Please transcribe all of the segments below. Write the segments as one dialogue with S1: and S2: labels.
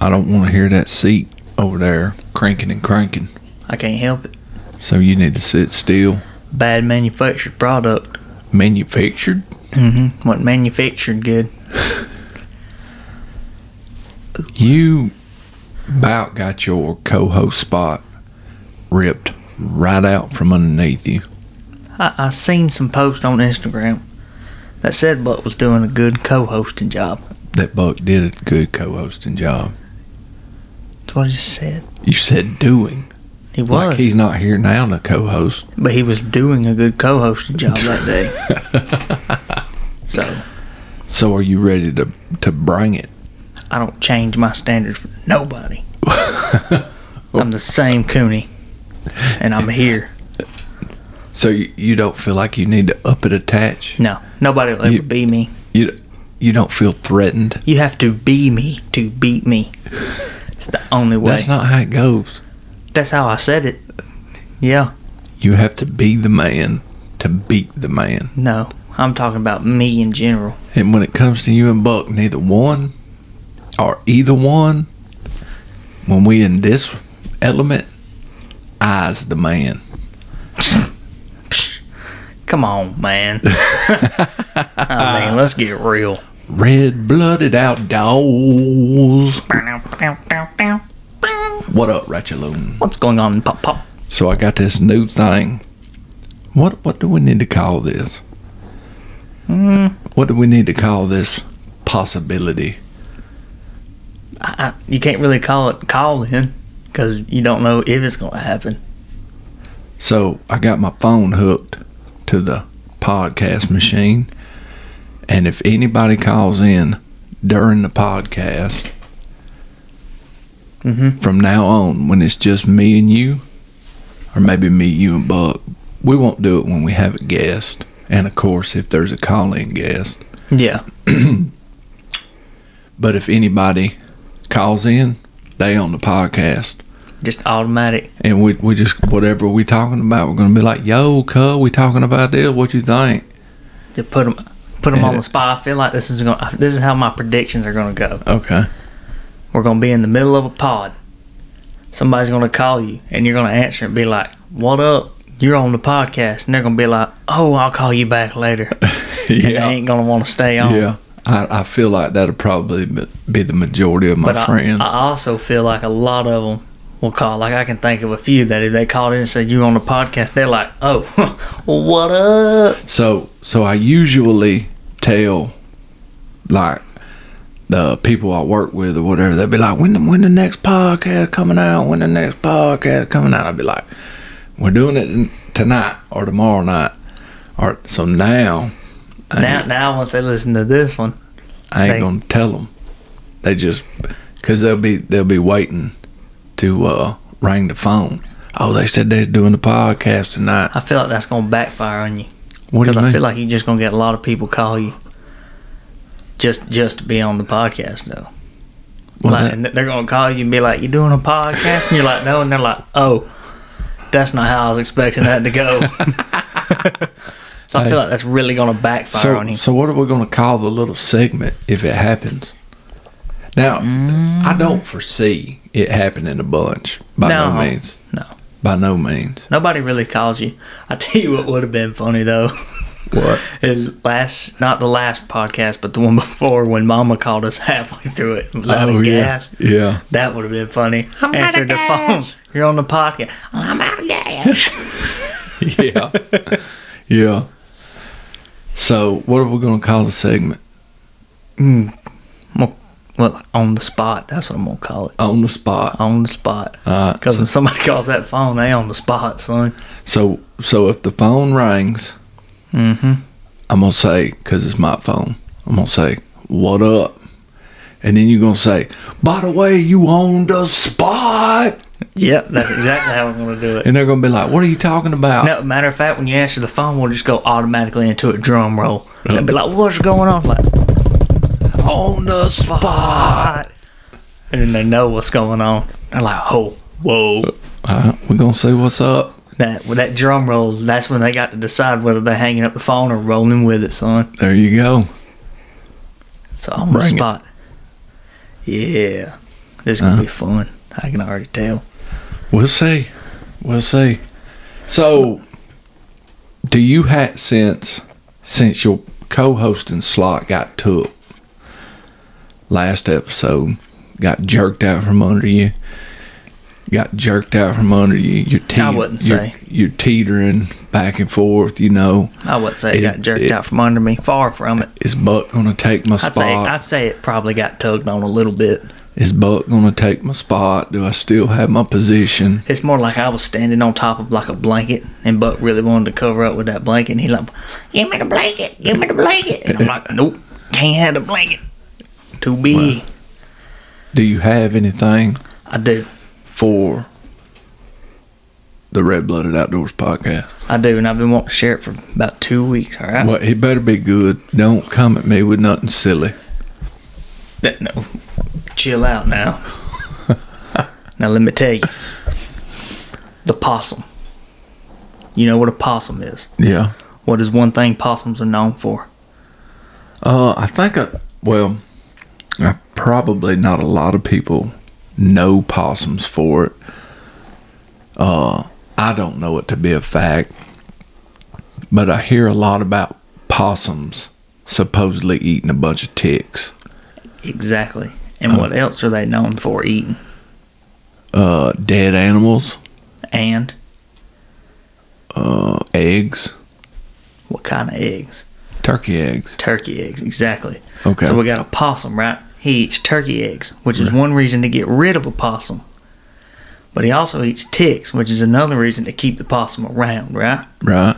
S1: I don't want to hear that seat over there cranking and cranking.
S2: I can't help it.
S1: So you need to sit still.
S2: Bad manufactured product.
S1: Manufactured?
S2: Mm-hmm. Wasn't manufactured good.
S1: You about got your co host spot ripped right out from underneath you.
S2: I, I seen some posts on Instagram that said Buck was doing a good co-hosting job.
S1: That Buck did a good co hosting job.
S2: That's what I just said.
S1: You said doing.
S2: He was,
S1: Like he's not here now to co host.
S2: but he was doing a good co-hosting job that day. so
S1: So are you ready to, to bring it?
S2: I don't change my standards for nobody.
S1: Oh.
S2: I'm the same Cooney, and I'm here.
S1: So you, you don't feel like you need to up it a touch?
S2: No, nobody will ever
S1: You-
S2: be me.
S1: You, you don't feel threatened?
S2: You have to be me to beat me. It's the only way.
S1: That's not how it goes.
S2: That's how I said it. Yeah.
S1: You have to be the man to beat the man.
S2: No, I'm talking about me in general.
S1: And when it comes to you and Buck, neither one or either one, when we in this element, I's the man.
S2: Come on, man. I mean, let's get real.
S1: Red blooded out dolls. What up, Ratchaloon?
S2: What's going on in Pop Pop?
S1: So I got this new thing. What what do we need to call this? What do we need to call this possibility?
S2: I, I- you can't really call it call in because you don't know if it's going to happen.
S1: So I got my phone hooked to the podcast machine. And if anybody calls in during the podcast,
S2: Mhm.
S1: from now on, when it's just me and you, or maybe me, you, and Buck, we won't do it when we have a guest. And of course, if there's a call in guest.
S2: Yeah.
S1: But if anybody calls in, they on the podcast.
S2: Just automatic.
S1: and we we just whatever we talking about, we're gonna be like, "Yo, cuz, we talking about this. What you think?"
S2: Just put them,
S1: Yeah.
S2: on the spot. I feel like this is going. to This is how my predictions are going to go.
S1: Okay.
S2: We're going to be in the middle of a pod. Somebody's going to call you, and you're going to answer and be like, "What up? You're on the podcast." And they're going to be like, "Oh, I'll call you back later." And they
S1: Yeah.
S2: ain't going to want to stay on.
S1: Yeah. I, I feel like that'll probably be- be the majority of my
S2: But I,
S1: friends.
S2: I also feel like a lot of them will call. Like I can think of a few that if they called in and said you were on the podcast, they're like, "Oh, what up?"
S1: so so I usually tell like the people I work with or whatever, they'll be like, "When the when the next podcast coming out? When the next podcast coming out?" I'll be like, "We're doing it n- tonight or tomorrow night." Or so now. I ain't-
S2: Now, now once they listen to this one,
S1: I ain't
S2: They-
S1: gonna tell them. They just because they'll be they'll be waiting to uh, ring the phone. Oh, they said they're doing the podcast tonight.
S2: I feel like that's gonna backfire on you
S1: What do
S2: because
S1: you
S2: I
S1: mean?
S2: feel like you're just gonna get a lot of people call you just just to be on the podcast though.
S1: Well,
S2: like,
S1: that-
S2: and they're gonna call you and be like, "You doing a podcast?" And you're like, "No," and they're like, "Oh, that's not how I was expecting that to go." so I feel like that's really gonna backfire on
S1: so
S2: you.
S1: so what are we gonna call the little segment if it happens? Now, I don't foresee it happening a bunch by no.
S2: No.
S1: means.
S2: No.
S1: By no means.
S2: Nobody really calls you. I tell you what would have been funny though.
S1: What?
S2: Is last not the last podcast, but the one before when Mama called us halfway through it. Was out
S1: oh
S2: of
S1: yeah,
S2: gas.
S1: yeah.
S2: That would have been funny.
S3: I'm out of
S2: Answered the phone.
S3: gas.
S2: You're on the podcast.
S3: I'm out of gas.
S1: yeah. yeah. So what are we gonna call the segment?
S2: I'm gonna- Well, on the spot. That's what I'm gonna call it.
S1: On the spot.
S2: On the spot.
S1: Uh,
S2: Because when somebody calls that phone, they on the spot, son.
S1: So so if the phone rings,
S2: Mm-hmm.
S1: I'm gonna say because it's my phone. I'm gonna say what up, and then you're gonna say, by the way, you on the spot,
S2: Yep, that's exactly how I'm gonna do it.
S1: and they're gonna be like, what are you talking about?
S2: No, matter of fact, when you answer the phone, we'll just go automatically into a drum roll. And they'll be like, "What's going on?" Like,
S1: On the spot.
S2: hot. And then they know what's going on. They're like, oh, whoa.
S1: All right, we're gonna say what's up.
S2: That with that drum roll, that's when they got to decide whether they're hanging up the phone or rolling with it, son.
S1: There you go.
S2: So I'm on the
S1: Bring it.
S2: spot. Yeah. This is
S1: Uh-huh.
S2: gonna be fun. I can already tell.
S1: We'll see. We'll see. So, do you have since since your co-hosting slot got took last episode, got jerked out from under you, got jerked out from under you. You're te-
S2: I wouldn't
S1: you're,
S2: say.
S1: you're teetering back and forth. You know,
S2: I wouldn't say it,
S1: It-
S2: got jerked
S1: it-
S2: out from under me. Far from it.
S1: is Buck gonna take my
S2: I'd
S1: spot?
S2: say I'd say it probably got tugged on a little bit.
S1: is Buck gonna take my spot? Do I still have my position?
S2: It's more like I was standing on top of like a blanket, and Buck really wanted to cover up with that blanket. And he like, "Give me the blanket, give me the blanket." And I'm like, "Nope, can't have the blanket. Too big."
S1: Do you have anything
S2: I do,
S1: for the Red Blooded Outdoors podcast?
S2: I do, and I've been wanting to share it for about two weeks. All right,
S1: Well, it better be good. Don't come at me with nothing silly.
S2: That- no, chill out now. now let me tell you, the possum. You know what a possum is?
S1: Yeah.
S2: What is one thing possums are known for?
S1: Uh, I think I well, I probably not a lot of people know possums for it. Uh, I don't know it to be a fact, but I hear a lot about possums supposedly eating a bunch of ticks.
S2: Exactly. And what else are they known for eating?
S1: Uh, dead animals,
S2: And
S1: uh, eggs,
S2: What kind of eggs?
S1: turkey eggs.
S2: Turkey eggs, exactly.
S1: Okay.
S2: So we got a possum, right? He eats turkey eggs, which is one reason to get rid of a possum. But he also eats ticks, which is another reason to keep the possum around, right?
S1: Right.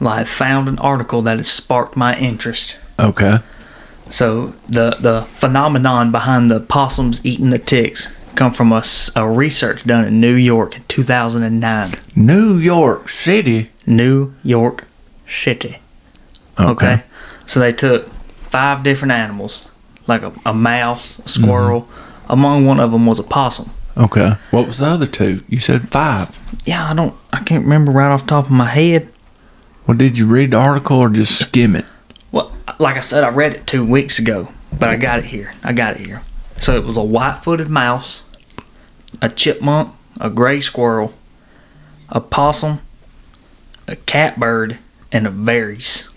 S2: Well, I found an article that has sparked my interest.
S1: Okay.
S2: So the the phenomenon behind the possums eating the ticks come from a, s- a research done in New York in 2009.
S1: New York City.
S2: New York City. Okay. So they took five different animals, like a, a mouse, a squirrel. Among one of them was a possum.
S1: Okay. What was the other two? You said five.
S2: Yeah, I don't, I can't remember right off the top of my head.
S1: Well, did you read the article or just skim it?
S2: Well, like I said, I read it two weeks ago, but I got it here. I got it here. So it was a white footed mouse, a chipmunk, a gray squirrel, a possum, a catbird, and a varies.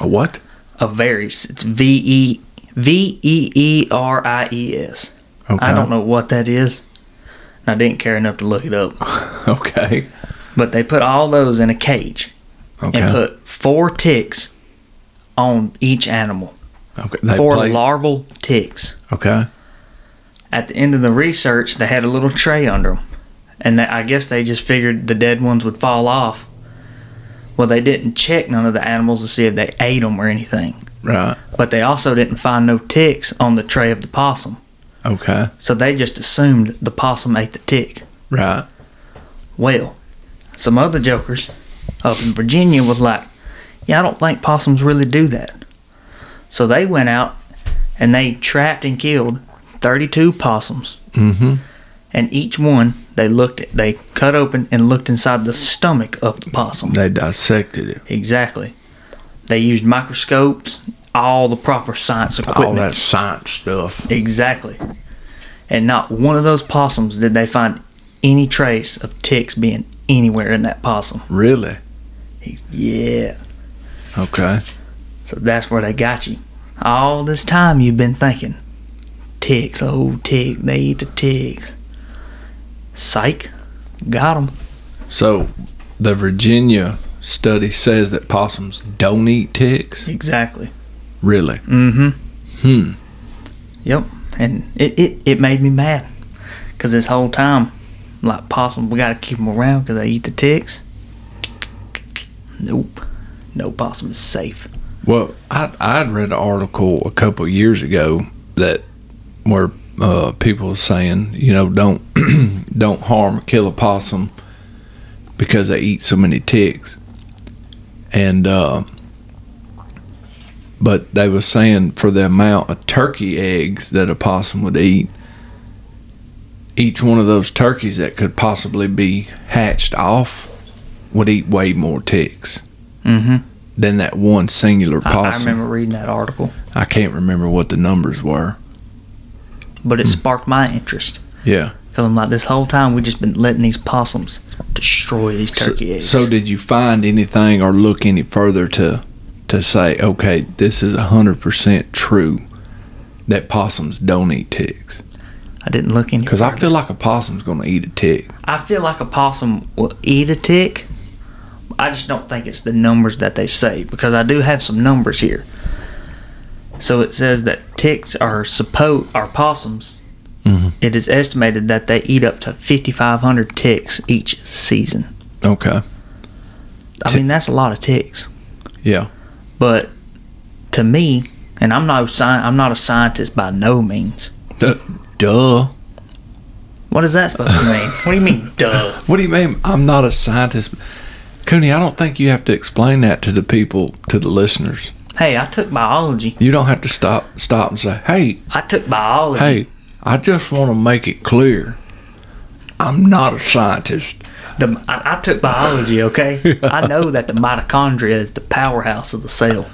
S1: A what?
S2: A varies. It's V E V E E R I E S.
S1: Okay.
S2: I don't know what that is. And I didn't care enough to look it up.
S1: Okay.
S2: But they put all those in a cage
S1: Okay.
S2: and put four ticks on each animal.
S1: okay. They
S2: four
S1: play-
S2: larval ticks.
S1: Okay.
S2: At the end of the research, they had a little tray under them. And they, I guess they just figured the dead ones would fall off. Well, they didn't check none of the animals to see if they ate them or anything.
S1: Right.
S2: But they also didn't find no ticks on the tray of the possum.
S1: Okay.
S2: So they just assumed the possum ate the tick.
S1: Right.
S2: Well, some other jokers up in Virginia was like, yeah, I don't think possums really do that. So they went out and they trapped and killed 32 possums.
S1: Mm-hmm.
S2: And each one they looked at, they cut open and looked inside the stomach of the possum.
S1: They dissected it.
S2: Exactly. They used microscopes, all the proper science equipment.
S1: All that science stuff.
S2: Exactly. And not one of those possums did they find any trace of ticks being anywhere in that possum.
S1: Really?
S2: Yeah.
S1: Okay.
S2: So that's where they got you. All this time you've been thinking, ticks, oh tick, they eat the ticks. Psych, got 'em.
S1: So, the Virginia study says that possums don't eat ticks.
S2: Exactly.
S1: Really?
S2: Mm-hmm.
S1: Hmm.
S2: Yep. And it, it, it made me mad. Because this whole time, like possum, we got to keep them around because they eat the ticks. Nope. No possum is safe.
S1: Well, I I'd read an article a couple of years ago that where uh, people were saying, you know, don't don't harm or kill a possum because they eat so many ticks, and uh, but they were saying for the amount of turkey eggs that a possum would eat, each one of those turkeys that could possibly be hatched off would eat way more ticks
S2: Mm-hmm.
S1: than that one singular
S2: I, I
S1: possum.
S2: remember reading that article.
S1: I can't remember what the numbers were.
S2: but it sparked my interest
S1: Yeah.
S2: because I'm like, this whole time we just been letting these possums destroy these
S1: So,
S2: turkey eggs.
S1: so did you find anything or look any further to to say, okay, this is hundred percent true that possums don't eat ticks?
S2: I didn't look any.
S1: Because I
S2: further.
S1: feel like a possum's gonna eat a tick.
S2: I feel like a possum will eat a tick. I just don't think it's the numbers that they say because I do have some numbers here. So it says that ticks are supposed are possums.
S1: Mhm.
S2: It is estimated that they eat up to 5,500 ticks each season.
S1: Okay.
S2: I
S1: Ti-
S2: mean that's a lot of ticks,
S1: Yeah.
S2: but to me, and I'm no sci- I'm not a scientist by no means.
S1: Duh. Duh.
S2: What is that supposed to mean? what do you mean, duh?
S1: What do you mean? I'm not a scientist. Cooney, I don't think you have to explain that to the people, to the listeners.
S2: Hey, I took biology.
S1: You don't have to stop stop and say, "Hey,
S2: I took biology.
S1: hey, I just want to make it clear, I'm not a scientist."
S2: The, I, I took biology, okay? I know that the mitochondria is the powerhouse of the cell.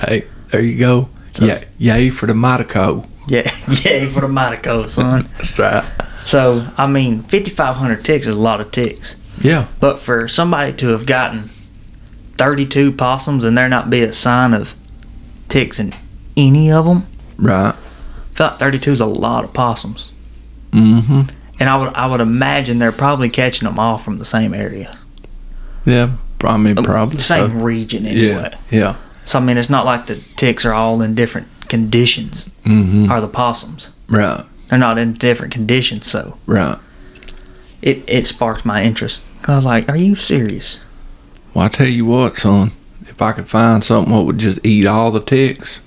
S1: Hey, there you go. yeah, yay for the mitoco.
S2: Yeah, yay for the mitochondria, son.
S1: That's right.
S2: So, I mean, 5,500 ticks is a lot of ticks.
S1: Yeah,
S2: But for somebody to have gotten 32 possums and there not be a sign of ticks in any of them,
S1: right.
S2: I feel like 32 is a lot of possums.
S1: Mm-hmm.
S2: And I would, I would imagine they're probably catching them all from the same area,
S1: Yeah, I mean, probably. so.
S2: Oh, same region anyway.
S1: Yeah, yeah.
S2: So I mean, it's not like the ticks are all in different conditions.
S1: Mm-hmm.
S2: Are the possums?
S1: Right,
S2: They're not in different conditions, so
S1: right.
S2: it it sparked my interest. 'Cause I was like, "Are you serious?"
S1: Well, I tell you what, son. If I could find something that would just eat all the ticks,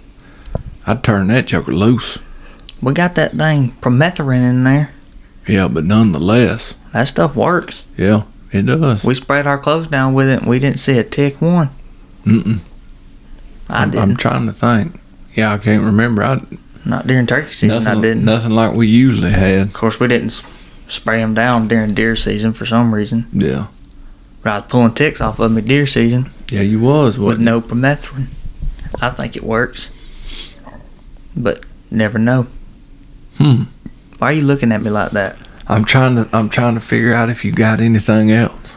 S1: I'd turn that joker loose.
S2: We got that thing permethrin in there.
S1: Yeah, but nonetheless,
S2: That stuff works.
S1: yeah, it does.
S2: We sprayed our clothes down with it, and we didn't see a tick one.
S1: Mm-mm.
S2: I
S1: I'm,
S2: didn't.
S1: I'm trying to think. Yeah, I can't remember. I
S2: not during turkey season. I
S1: nothing,
S2: didn't.
S1: nothing like we usually had.
S2: Of course, we didn't s- spray them down during deer season for some reason.
S1: Yeah,
S2: But I was pulling ticks off of me deer season
S1: yeah, you was
S2: with
S1: what?
S2: no permethrin. I think it works, but never know.
S1: Hmm.
S2: Why are you looking at me like that?
S1: I'm trying to. I'm trying to figure out if you got anything else.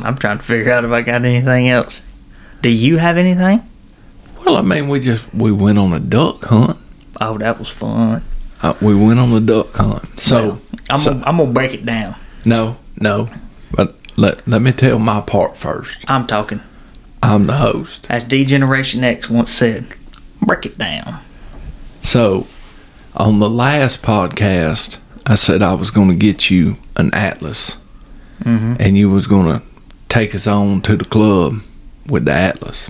S2: I'm trying to figure out if I got anything else. Do you have anything?
S1: Well, I mean, we just we went on a duck hunt.
S2: Oh, that was fun.
S1: Uh, we went on a duck hunt. So
S2: I'm
S1: so-
S2: gonna, I'm gonna break it down.
S1: no, no. But let let me tell my part first.
S2: I'm talking,
S1: I'm the host.
S2: as D Generation X once said, break it down.
S1: So on the last podcast, I said I was going to get you an atlas,
S2: Mm-hmm.
S1: and you was going to take us on to the club with the atlas.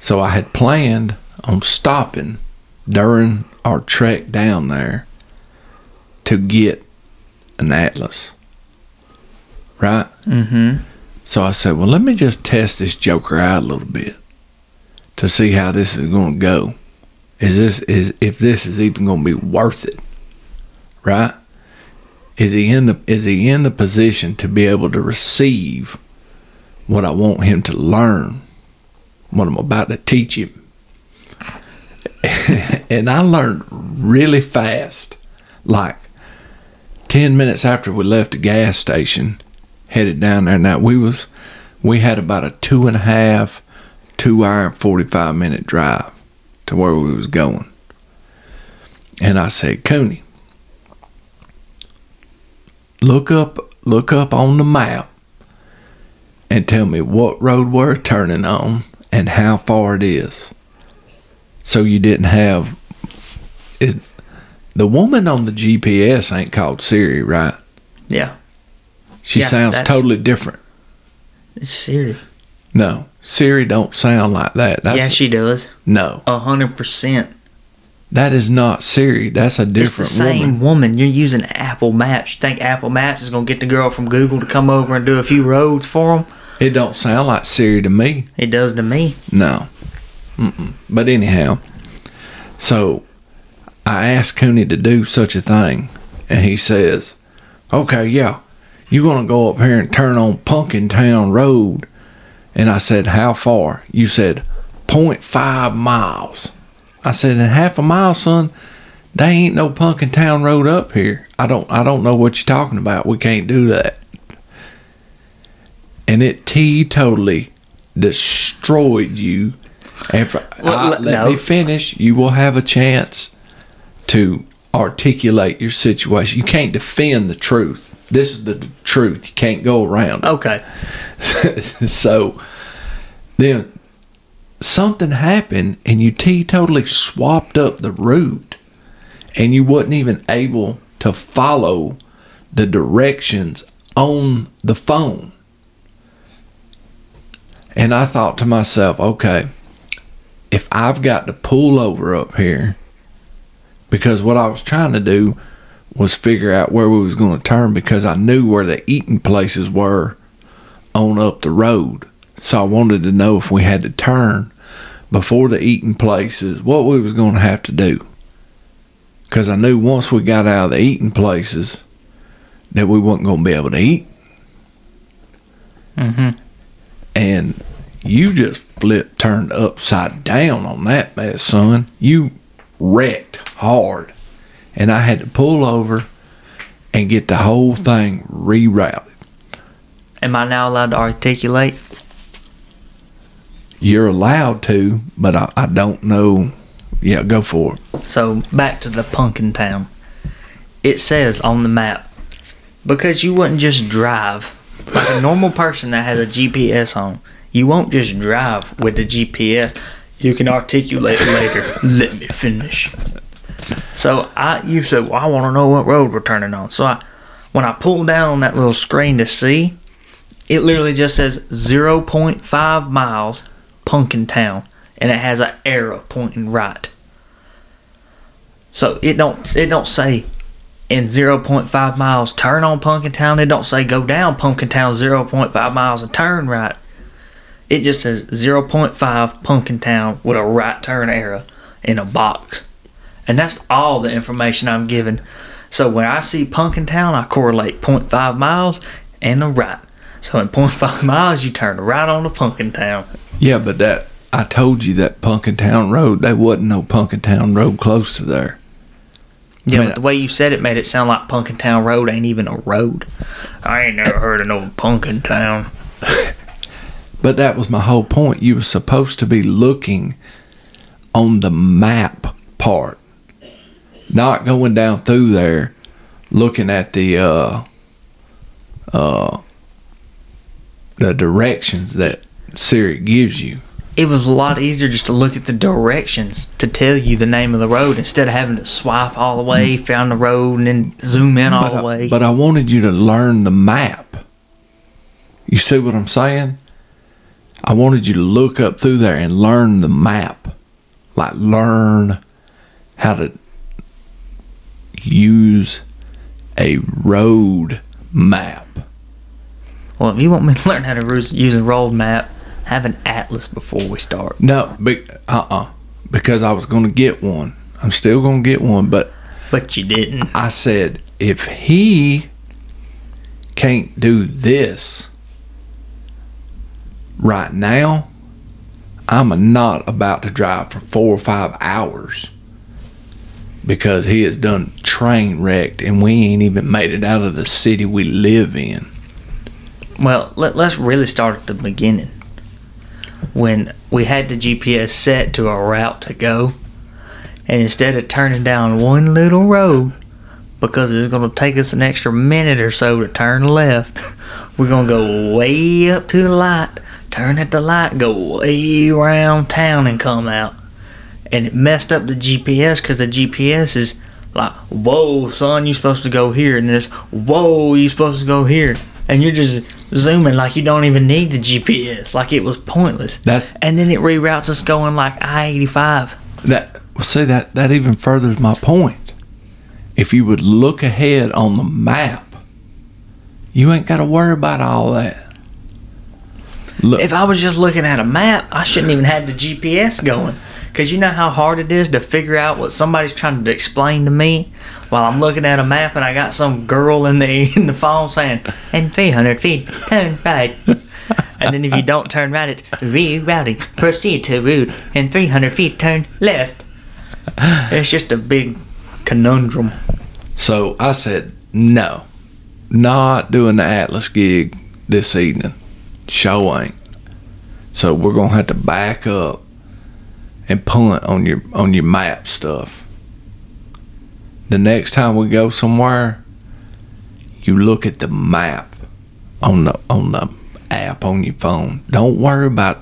S1: So I had planned on stopping during our trek down there to get an atlas. Right?
S2: Mm-hmm.
S1: So I said, well, let me just test this joker out a little bit to see how this is going to go. Is this is if this is even going to be worth it, right? Is he in the is he in the position to be able to receive what I want him to learn, what I'm about to teach him? and I learned really fast, like ten minutes after we left the gas station, headed down there. Now we was we had about a two and a half, two hour and forty five minute drive to where we was going. And I said, Cooney, look up look up on the map and tell me what road we're turning on and how far it is. So you didn't have it, the woman on the GPS ain't called Siri, right?
S2: Yeah,
S1: She
S2: Yeah,
S1: sounds
S2: that's-
S1: totally different.
S2: it's serious.
S1: No, Siri don't sound like that. That's
S2: yeah, she does.
S1: no,
S2: A hundred percent.
S1: that is not Siri. That's a
S2: It's
S1: different
S2: the same
S1: woman.
S2: woman. You're using Apple Maps. You think Apple Maps is gonna get the girl from Google to come over and do a few roads for them?
S1: It don't sound like Siri to me.
S2: It does to me.
S1: No. Mm-mm. But anyhow, so I asked Cooney to do such a thing, and he says, "Okay, yeah, you're gonna go up here and turn on Pumpkin Town Road." And I said, "How far?" You said, "0.5 miles." I said, "In half a mile, son, They ain't no punkin' town road up here. I don't I don't know what you're talking about. We can't do that. And it totally destroyed you. And for,
S2: Well,
S1: I-
S2: le-
S1: let
S2: no.
S1: me finish. You will have a chance to articulate your situation. You can't defend the truth. This is the truth. You can't go around. it.
S2: Okay.
S1: so then something happened and you totally swapped up the route and you wasn't even able to follow the directions on the phone and i thought to myself okay if i've got to pull over up here because what i was trying to do was figure out where we was going to turn because i knew where the eating places were on up the road. So I wanted to know if we had to turn before the eating places, what we was going to have to do. Because I knew once we got out of the eating places that we wasn't going to be able to eat.
S2: Mm-hmm.
S1: And you just flipped, turned upside down on that mess, son. You wrecked hard. And I had to pull over and get the whole thing rerouted.
S2: Am I now allowed to articulate?
S1: You're allowed to, but I, I don't know. Yeah, go for it.
S2: So back to the pumpkin town. It says on the map because you wouldn't just drive like a normal person that has a GPS on. You won't just drive with the GPS. You can articulate later. Let me finish. So I, you said, well, I want to know what road we're turning on. So I, when I pulled down on that little screen to see, it literally just says 0.5 miles, Pumpkin Town, and it has an arrow pointing right. So it don't it don't say in 0.5 miles turn on Pumpkin Town. It don't say go down Pumpkin Town 0.5 miles and turn right. It just says 0.5 Pumpkin Town with a right turn arrow in a box. And that's all the information I'm given. So when I see Pumpkin Town, I correlate 0.5 miles and a right. So in 0.5 miles, you turn right on to Pumpkin Town.
S1: Yeah, but that I told you that Punkin Town Road, there wasn't no Punkin Town Road close to there.
S2: Yeah,
S1: Man,
S2: but the way you said it made it sound like Punkin Town Road ain't even a road. I ain't never heard of no Punkin Town.
S1: But that was my whole point. You were supposed to be looking on the map part, not going down through there, looking at the uh, uh, the directions that Siri gives you.
S2: It was a lot easier just to look at the directions to tell you the name of the road instead of having to swipe all the way, found the road, and then zoom in all
S1: but
S2: the way.
S1: I, but I wanted you to learn the map. You see what I'm saying? I wanted you to look up through there and learn the map. Like learn how to use a road map.
S2: well, if you want me to learn how to ru- use a road map, have an atlas before we start.
S1: No, be, uh-uh. Because I was going to get one. I'm still going to get one, but
S2: But you didn't.
S1: I said, if he can't do this right now, I'm not about to drive for four or five hours because he has done train wrecked and we ain't even made it out of the city we live in.
S2: Well, let, let's really start at the beginning. When we had the GPS set to a route to go, and instead of turning down one little road, because it was going to take us an extra minute or so to turn left, we're going to go way up to the light, turn at the light, go way around town, and come out. And it messed up the GPS because the GPS is like, whoa, son, you supposed to go here, and this, whoa, you supposed to go here. And you're just zooming like you don't even need the GPS, like it was pointless.
S1: That's
S2: And then it reroutes us going like I 85.
S1: that well see that that even furthers my point. If you would look ahead on the map, you ain't gotta worry about all that. Look
S2: If I was just looking at a map, I shouldn't even had the GPS going. Because you know how hard it is to figure out what somebody's trying to explain to me while I'm looking at a map and I got some girl in the in the phone saying, and 300 feet, turn right. And then if you don't turn right, it's rerouting. Proceed to route and 300 feet, turn left. It's just a big conundrum.
S1: So I said, no, not doing the Atlas gig this evening. Show ain't. So we're gonna have to back up and punt on your on your map stuff. The next time we go somewhere, you look at the map on the on the app on your phone. Don't worry about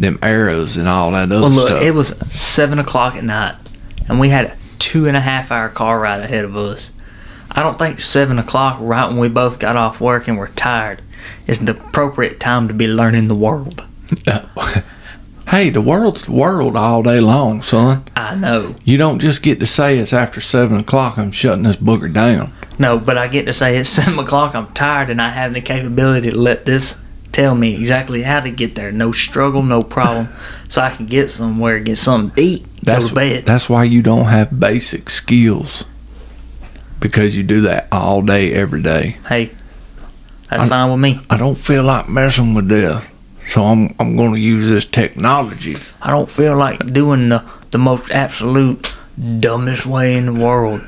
S1: them arrows and all that other
S2: Well, look,
S1: stuff.
S2: it was seven o'clock at night, and we had a two and a half hour car ride ahead of us. I don't think seven o'clock, right when we both got off work and were tired, is the appropriate time to be learning the world.
S1: hey, the world's the world all day long, son.
S2: I know.
S1: You don't just get to say it's after seven o'clock. I'm shutting this booger down.
S2: No, but I get to say it's seven o'clock. I'm tired, and I have the capability to let this tell me exactly how to get there. No struggle, no problem, so I can get somewhere, get something to eat,
S1: That's
S2: go to bed.
S1: that's why you don't have basic skills because you do that all day every day.
S2: hey, that's fine with me.
S1: I don't feel like messing with this, so I'm I'm going to use this technology.
S2: I don't feel like doing the, the most absolute dumbest way in the world.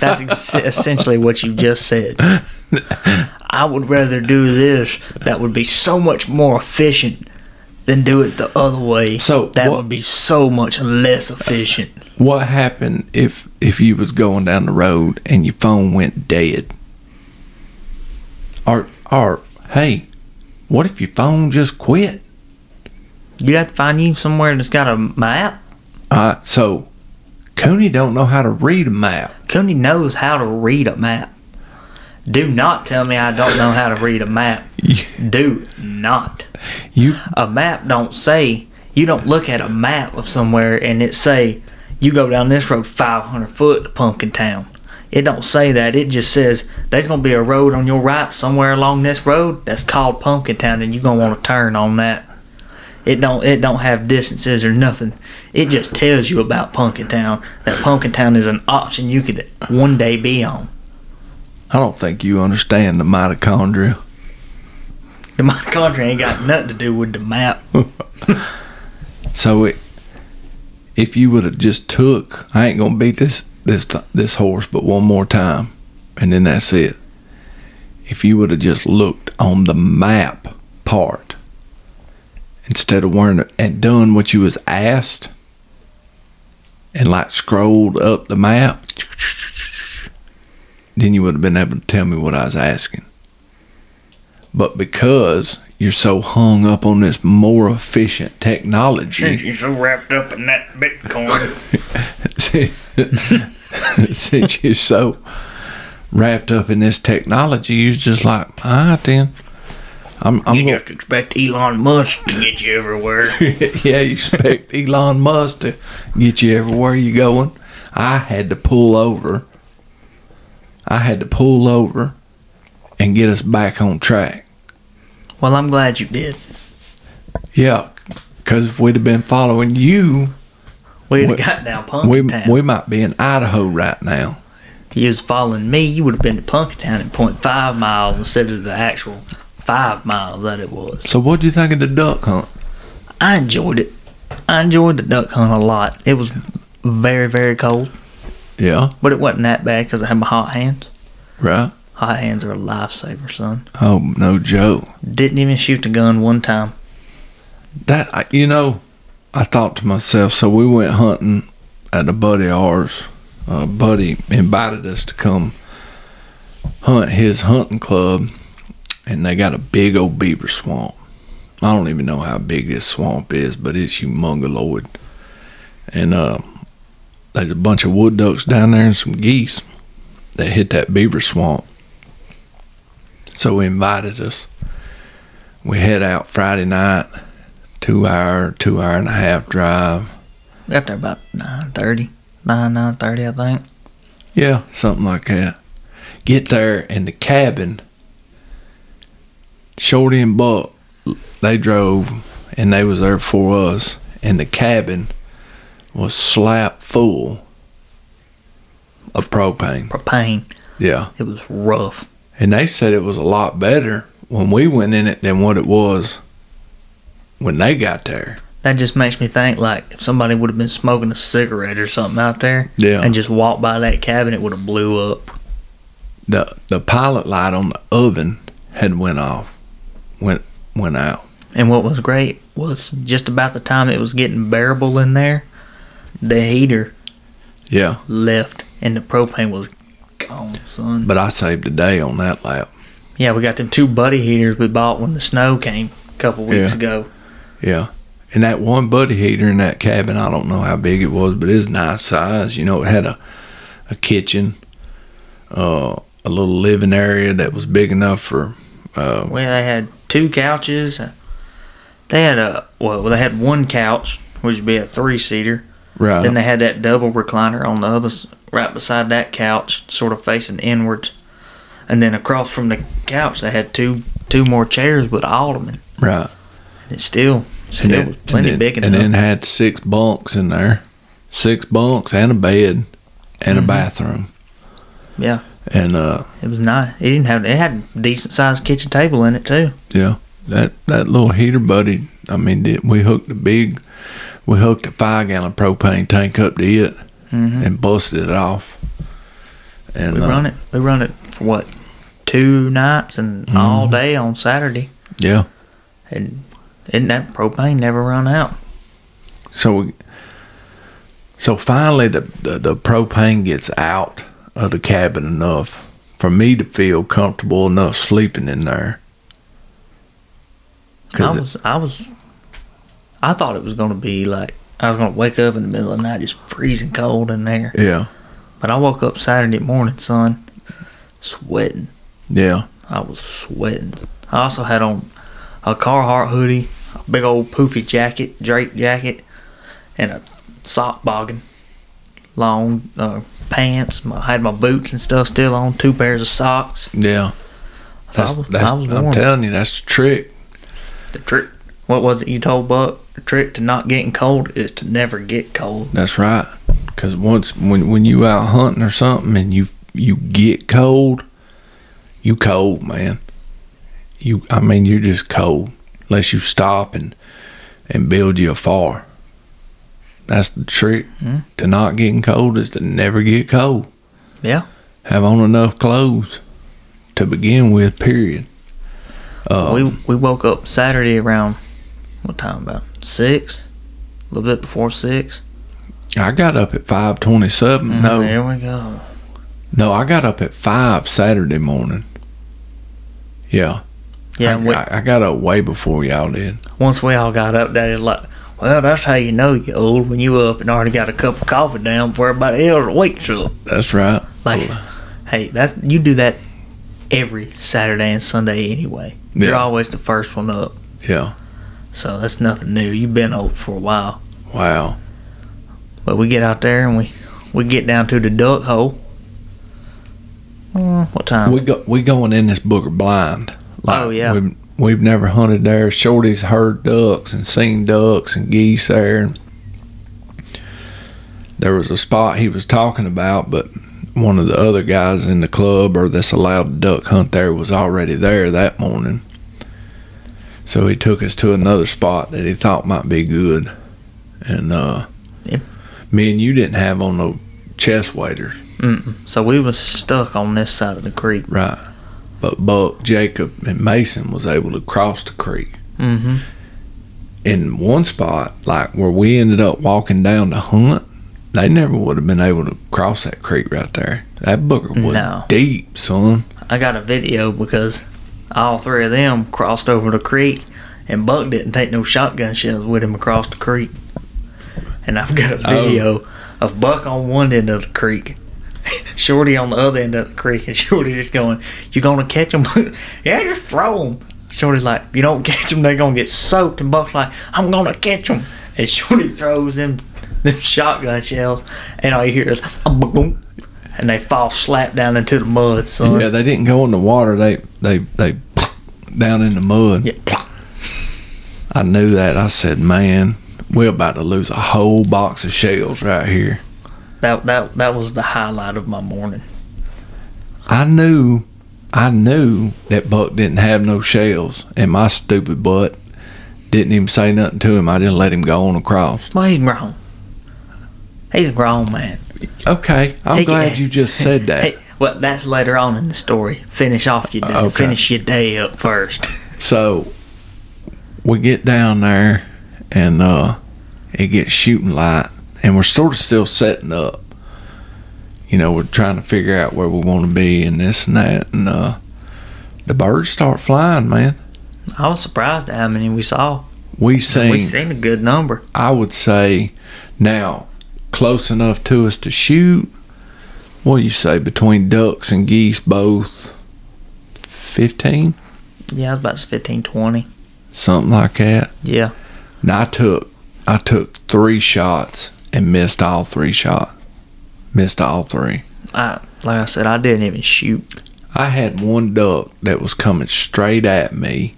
S2: That's ex- essentially what you just said. I would rather do this that would be so much more efficient than do it the other way.
S1: So,
S2: that
S1: what-
S2: would be so much less efficient.
S1: What happened if if you was going down the road and your phone went dead? Or or hey, what if your phone just quit?
S2: You'd have to find you somewhere that's got a map.
S1: Uh, so Cooney don't know how to read a map.
S2: Cooney knows how to read a map. Do not tell me I don't know how to read a map. Do not.
S1: You
S2: a map don't say you don't look at a map of somewhere and it say you go down this road 500 foot to pumpkin town it don't say that it just says there's gonna be a road on your right somewhere along this road that's called pumpkin town and you're gonna want to turn on that it don't it don't have distances or nothing it just tells you about pumpkin town that pumpkin town is an option you could one day be on
S1: I don't think you understand the mitochondria.
S2: the mitochondria ain't got nothing to do with the map
S1: So it, if you would have just took, I ain't gonna beat this this this horse, but one more time, and then that's it. If you would have just looked on the map part instead of wearing it and done what you was asked, and like scrolled up the map, then you would have been able to tell me what I was asking. But because you're so hung up on this more efficient technology,
S2: you're so wrapped up in that bitcoin
S1: since since you're so wrapped up in this technology, you're just like, all right, then. I'm, I'm
S2: You just expect Elon Musk to get you everywhere.
S1: yeah, you expect Elon Musk to get you everywhere you going. I had to pull over. I had to pull over and get us back on track.
S2: well, I'm glad you did.
S1: Yeah, because if we'd have been following you,
S2: We'd
S1: We-
S2: have got down
S1: we,
S2: Punkintown.
S1: we might be in Idaho right now.
S2: you was following me, you would have been to Punkintown at 0.5 miles instead of the actual five miles that it was.
S1: So, what do you think of the duck hunt?
S2: I enjoyed it. I enjoyed the duck hunt a lot. It was very, very cold,
S1: Yeah,
S2: but it wasn't that bad because I had my hot hands.
S1: right?
S2: Hot hands are a lifesaver, son.
S1: Oh, no joke.
S2: Didn't even shoot the gun one time.
S1: That I- you know, I thought to myself. So we went hunting at a buddy of ours. A buddy invited us to come hunt his hunting club, and they got a big old beaver swamp. I don't even know how big this swamp is, but it's humongoloid. And uh, there's a bunch of wood ducks down there and some geese that hit that beaver swamp. So he invited us. We head out Friday night two hour, two hour and a half drive.
S2: We got there about 9.30, 9, 9.30, I think.
S1: Yeah, something like that. Get there in the cabin. Shorty and Buck, they drove and they was there for us. And the cabin was slap full of propane.
S2: Propane.
S1: Yeah.
S2: It was rough.
S1: And they said it was a lot better when we went in it than what it was when they got there.
S2: that just makes me think like if somebody would have been smoking a cigarette or something out there
S1: Yeah.
S2: and just walked by that cabin, it would have blew up.
S1: the the pilot light on the oven had went off, went went out.
S2: And what was great was just about the time it was getting bearable in there, the heater
S1: Yeah,
S2: left and the propane was gone, son.
S1: but I saved a day on that lap.
S2: Yeah, we got them two buddy heaters we bought when the snow came a couple weeks
S1: Yeah.
S2: ago.
S1: Yeah, and that one buddy heater in that cabin, I don't know how big it was, but it's nice size. You know, it had a a kitchen, uh, a little living area that was big enough for. Uh,
S2: Well, they had two couches. uh, They had a well, they had one couch, which would be a three seater.
S1: right.
S2: Then they had that double recliner on the other, s- right beside that couch, sort of facing inwards. And then across from the couch, they had two two more chairs with ottoman.
S1: right.
S2: It's still still was plenty
S1: and then,
S2: big enough.
S1: and then had six bunks in there, six bunks and a bed, and a bathroom,
S2: Mm-hmm. yeah,
S1: and uh,
S2: it was nice. It didn't have it had a decent sized kitchen table in it too.
S1: Yeah, that that little heater buddy. I mean, did, we hooked a big, we hooked a five gallon propane tank up to it
S2: Mm-hmm.
S1: and busted it off. And
S2: We
S1: uh,
S2: run it. We run it for what two nights and
S1: Mm-hmm.
S2: all day on Saturday,
S1: Yeah.
S2: and and that propane never run out.
S1: So we, so finally the, the the propane gets out of the cabin enough for me to feel comfortable enough sleeping in there.
S2: I
S1: 'Cause it-
S2: was I was I thought it was gonna be like I was gonna wake up in the middle of the night just freezing cold in there.
S1: yeah,
S2: But I woke up Saturday morning, son, sweating.
S1: yeah,
S2: I was sweating. I also had on a Carhartt hoodie, a big old poofy jacket, drape jacket, and a sock boggin, long uh, pants. I had my boots and stuff still on, two pairs of socks.
S1: yeah. That's,
S2: I was,
S1: that's
S2: I was
S1: I'm
S2: warm.
S1: telling you, that's the trick.
S2: the trick. What was it you told Buck? The trick to not getting cold is to never get cold.
S1: That's right. Cause once when when you out hunting or something and you you get cold, you cold man. You I mean you're just cold unless you stop and and build you a fire. That's the trick
S2: Mm.
S1: to not getting cold is to never get cold.
S2: Yeah.
S1: Have on enough clothes to begin with. Period. Uh,
S2: we we woke up Saturday around what time? About six, a little bit before six.
S1: I got up at five twenty seven. No,
S2: Mm-hmm, there we go.
S1: no, I got up at five Saturday morning. Yeah.
S2: Yeah,
S1: I,
S2: and we,
S1: I, I got up way before y'all did.
S2: once we all got up, Daddy's like, "Well, that's how you know you're old when you up and already got a cup of coffee down before everybody else wakes up."
S1: That's right.
S2: Like, hey, that's you do that every Saturday and Sunday anyway. You're
S1: Yeah.
S2: always the first one up,
S1: Yeah.
S2: so that's nothing new. You've been old for a while,
S1: Wow.
S2: but we get out there and we we get down to the duck hole. Uh, what time?
S1: We go we going in this booger blind.
S2: Oh, yeah.
S1: We've, we've never hunted there. Shorty's heard ducks and seen ducks and geese there. There was a spot he was talking about, but one of the other guys in the club or that's allowed to duck hunt there was already there that morning. So he took us to another spot that he thought might be good. And uh
S2: Yeah.
S1: me and you didn't have on no chest waders.
S2: Mm-mm. So we was stuck on this side of the creek.
S1: Right. But Buck, Jacob, and Mason was able to cross the creek.
S2: Mm-hmm.
S1: In one spot, like where we ended up walking down to hunt, they never would have been able to cross that creek right there. That booger was
S2: No.
S1: deep, son.
S2: I got a video because all three of them crossed over the creek, and Buck didn't take no shotgun shells with him across the creek. And I've got a
S1: Oh.
S2: video of Buck on one end of the creek, Shorty on the other end of the creek, and Shorty just going, "You gonna catch them? yeah, just throw them." Shorty's like, "If you don't catch them, they're gonna get soaked." And Buck's like, "I'm gonna catch them." And Shorty throws them them shotgun shells, and all you hear is boom, and they fall slap down into the mud. Son.
S1: Yeah, they didn't go in the water. They they they down in the mud.
S2: Yeah.
S1: I knew that. I said, man, we're about to lose a whole box of shells right here.
S2: That that that was the highlight of my morning.
S1: I knew, I knew that Buck didn't have no shells, and my stupid butt Didn't even say nothing to him. I just let him go on across.
S2: Well, he's grown. He's a grown man.
S1: Okay, I'm
S2: He-
S1: glad you just said that.
S2: Hey, well, that's later on in the story. Finish off your day.
S1: Okay.
S2: Finish your day up first.
S1: So we get down there and uh it gets shooting light and we're sort of still setting up. You know, we're trying to figure out where we want to be and this and that and uh the birds start flying, man.
S2: I was surprised at how many we saw.
S1: We seen,
S2: We seen a good number.
S1: I would say now close enough to us to shoot. What do you say between ducks and geese both 15
S2: Yeah, it was about 15, 20.
S1: something like that.
S2: Yeah.
S1: And I took I took three shots and missed all three shots. Missed all three.
S2: I, like I said, I didn't even shoot.
S1: I had one duck that was coming straight at me.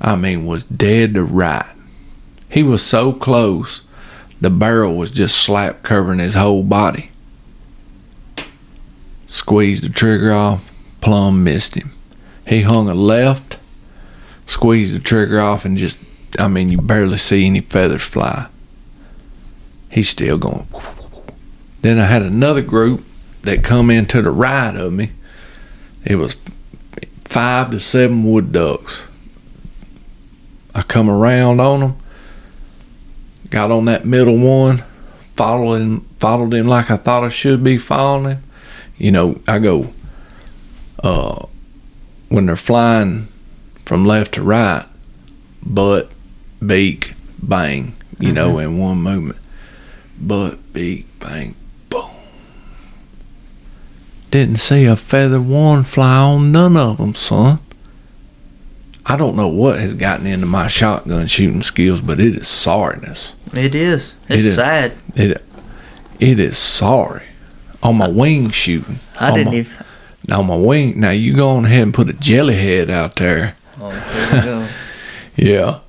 S1: I mean, was dead to right. He was so close, the barrel was just slap covering his whole body. Squeezed the trigger off, plumb missed him. He hung a left, squeezed the trigger off, and just, I mean, you barely see any feathers fly. He's still going. Then I had another group that come in to the right of me. It was five to seven wood ducks. I come around on them, got on that middle one, followed him, followed him like I thought I should be following him. You know, I go, uh, when they're flying from left to right, butt, beak, bang, you know, in one movement. Butt, beak, bang, didn't see a feather one fly on none of them, son. I don't know what has gotten into my shotgun shooting skills, but it is sorriness.
S2: It is. It's
S1: It is.
S2: sad.
S1: It, it is sorry. On my wing shooting.
S2: I
S1: on
S2: didn't
S1: my,
S2: even.
S1: On my wing. Now you go on ahead and put a jelly head out there.
S2: Oh, here we go.
S1: Yeah,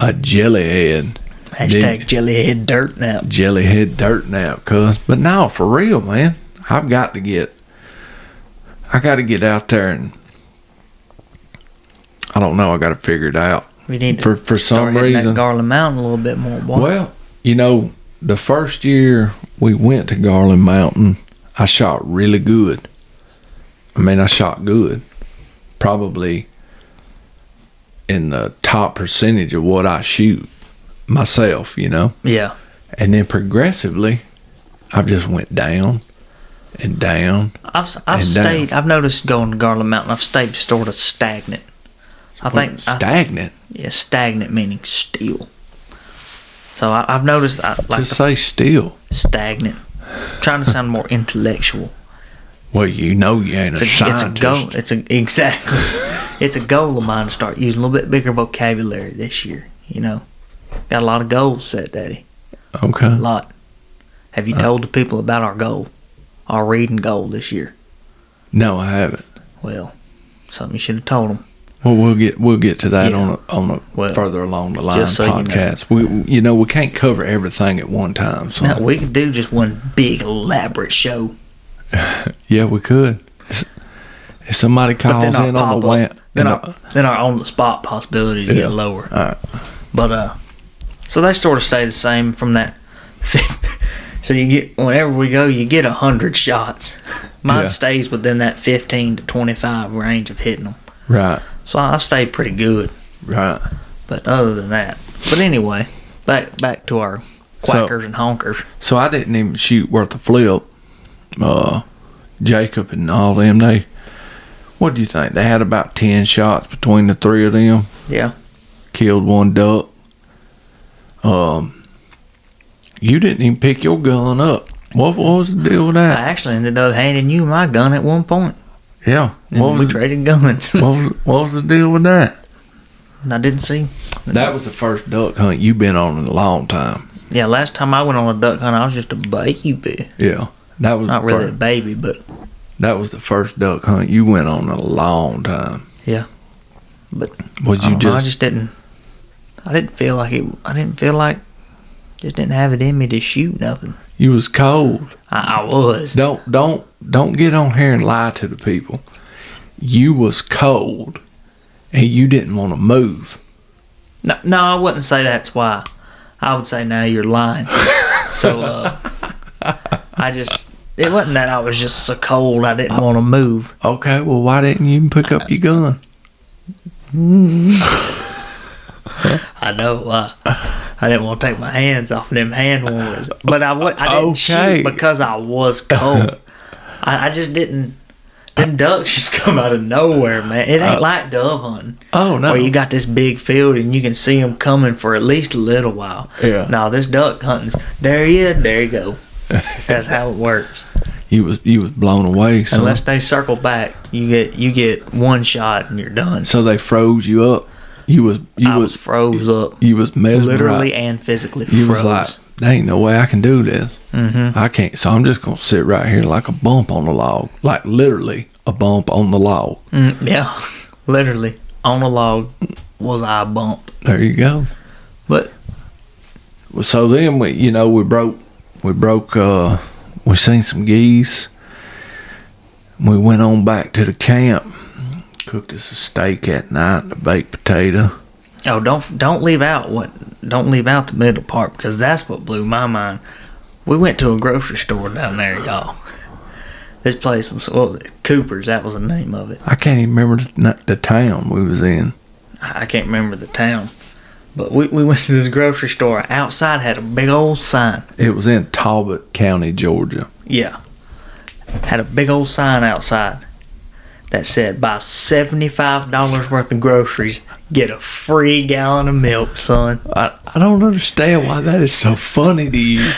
S1: a jelly head.
S2: Hashtag jellyhead dirt nap.
S1: jellyhead dirt nap, cuz. But no, for real, man. I've got to get I gotta get out there and I don't know, I gotta figure it out.
S2: We need to
S1: For for some
S2: start hitting
S1: reason.
S2: that Garland Mountain a little bit more. Boy.
S1: Well, you know, the first year we went to Garland Mountain, I shot really good. I mean, I shot good. Probably in the top percentage of what I shoot myself, you know.
S2: yeah.
S1: and then progressively i've just went down and down
S2: I've, I've
S1: And down.
S2: stayed. I've noticed going to Garland Mountain. I've stayed sort of stagnant. I think uh, I,
S1: stagnant
S2: yeah, stagnant meaning still. So I, I've noticed I, like
S1: just say still
S2: the stagnant. trying to sound more intellectual.
S1: well you know you ain't a,
S2: It's a, it's a
S1: scientist
S2: goal. It's a exactly. it's a goal of mine to start using a little bit bigger vocabulary this year. You know, got a lot of goals set, Daddy. A
S1: okay
S2: lot. Have you
S1: Uh.
S2: told the people about our goal, our reading goal this year?
S1: no i haven't
S2: Well, something you should have told them.
S1: well we'll get we'll get to that
S2: Yeah.
S1: on a on a
S2: Well,
S1: further along the line
S2: just so you know.
S1: podcast we you know we can't cover everything at one time so
S2: Now we could do just one big elaborate show.
S1: yeah we could if somebody
S2: But
S1: calls
S2: then our
S1: in on
S2: pop
S1: the
S2: up,
S1: way
S2: then our then our on the spot possibilities
S1: Yeah.
S2: get lower.
S1: all right
S2: But uh, so they sort of stay the same from that. so you get whenever we go, you get a hundred shots. Mine
S1: Yeah.
S2: stays within that fifteen to twenty-five range of hitting them.
S1: right
S2: So I stay pretty good.
S1: right
S2: But other than that, but anyway, back back to our quackers and honkers.
S1: So I didn't even shoot worth a flip. Uh, Jacob and all them, they, what do you think? They had about 10 shots between the three of them.
S2: Yeah,
S1: Killed one duck. Um, you didn't even pick your gun up. What, what was the deal with
S2: I
S1: that?
S2: actually ended up handing you my gun at one point,
S1: Yeah.
S2: and
S1: What
S2: we
S1: was,
S2: traded guns.
S1: what, was, what was the deal with that?
S2: and I didn't see.
S1: That was the first duck hunt you've been on in a long time.
S2: Yeah, last time I went on a duck hunt, I was just a baby.
S1: Yeah. That was
S2: Not
S1: the
S2: really a
S1: first,
S2: baby, but
S1: that was the first duck hunt you went on in a long time.
S2: Yeah. But
S1: was
S2: I,
S1: you
S2: don't know, I
S1: just
S2: just didn't. I didn't feel like it. I didn't feel like. Just didn't have it in me to shoot nothing.
S1: you was cold.
S2: I, I was.
S1: Don't don't don't get on here and lie to the people. You was cold and you didn't want to move.
S2: No, no, I wouldn't say that's why. I would say now you're lying. so uh, I just it wasn't that I was just so cold I didn't want to move.
S1: Okay, well, why didn't you pick up your gun?
S2: I know uh, I didn't want to take my hands off of them hand warmers, but I would. I didn't
S1: Okay.
S2: shoot because I was cold. I, I just didn't. Them ducks just come out of nowhere, man. It ain't like dove hunting.
S1: Oh, Uh, no.
S2: Where you got this big field and you can see them coming for at least a little while.
S1: Yeah.
S2: Now this duck hunting's there. He is. There you go. That's how it works.
S1: You was you was blown away. So,
S2: Unless they circle back, you get you get one shot and you're done.
S1: so they froze you up. You was you
S2: I was,
S1: was
S2: froze up,
S1: you was mesmerized.
S2: literally and physically
S1: you was
S2: froze.
S1: like, there ain't no way I can do this. Mm-hmm. I can't. So I'm just gonna sit right here like a bump on the log, like literally a bump on the log.
S2: Mm, yeah, literally on a log was I a bump,
S1: There you go.
S2: but
S1: Well, So then we, you know, we broke, we broke, uh, we seen some geese. We went on back to the camp, cooked us a steak at night, and a baked potato.
S2: oh, don't don't leave out what don't leave out the middle part because that's what blew my mind. We went to a grocery store down there, y'all. This place was what was it? Cooper's. That was the name of it.
S1: I can't even remember the, not the town we was in.
S2: I I can't remember the town, but we, we went to this grocery store. Outside had a big old sign.
S1: It was in Talbot County, Georgia.
S2: Yeah. Had a big old sign outside that said, buy $75 worth of groceries, get a free gallon of milk, son.
S1: I, I don't understand why that is so funny to you.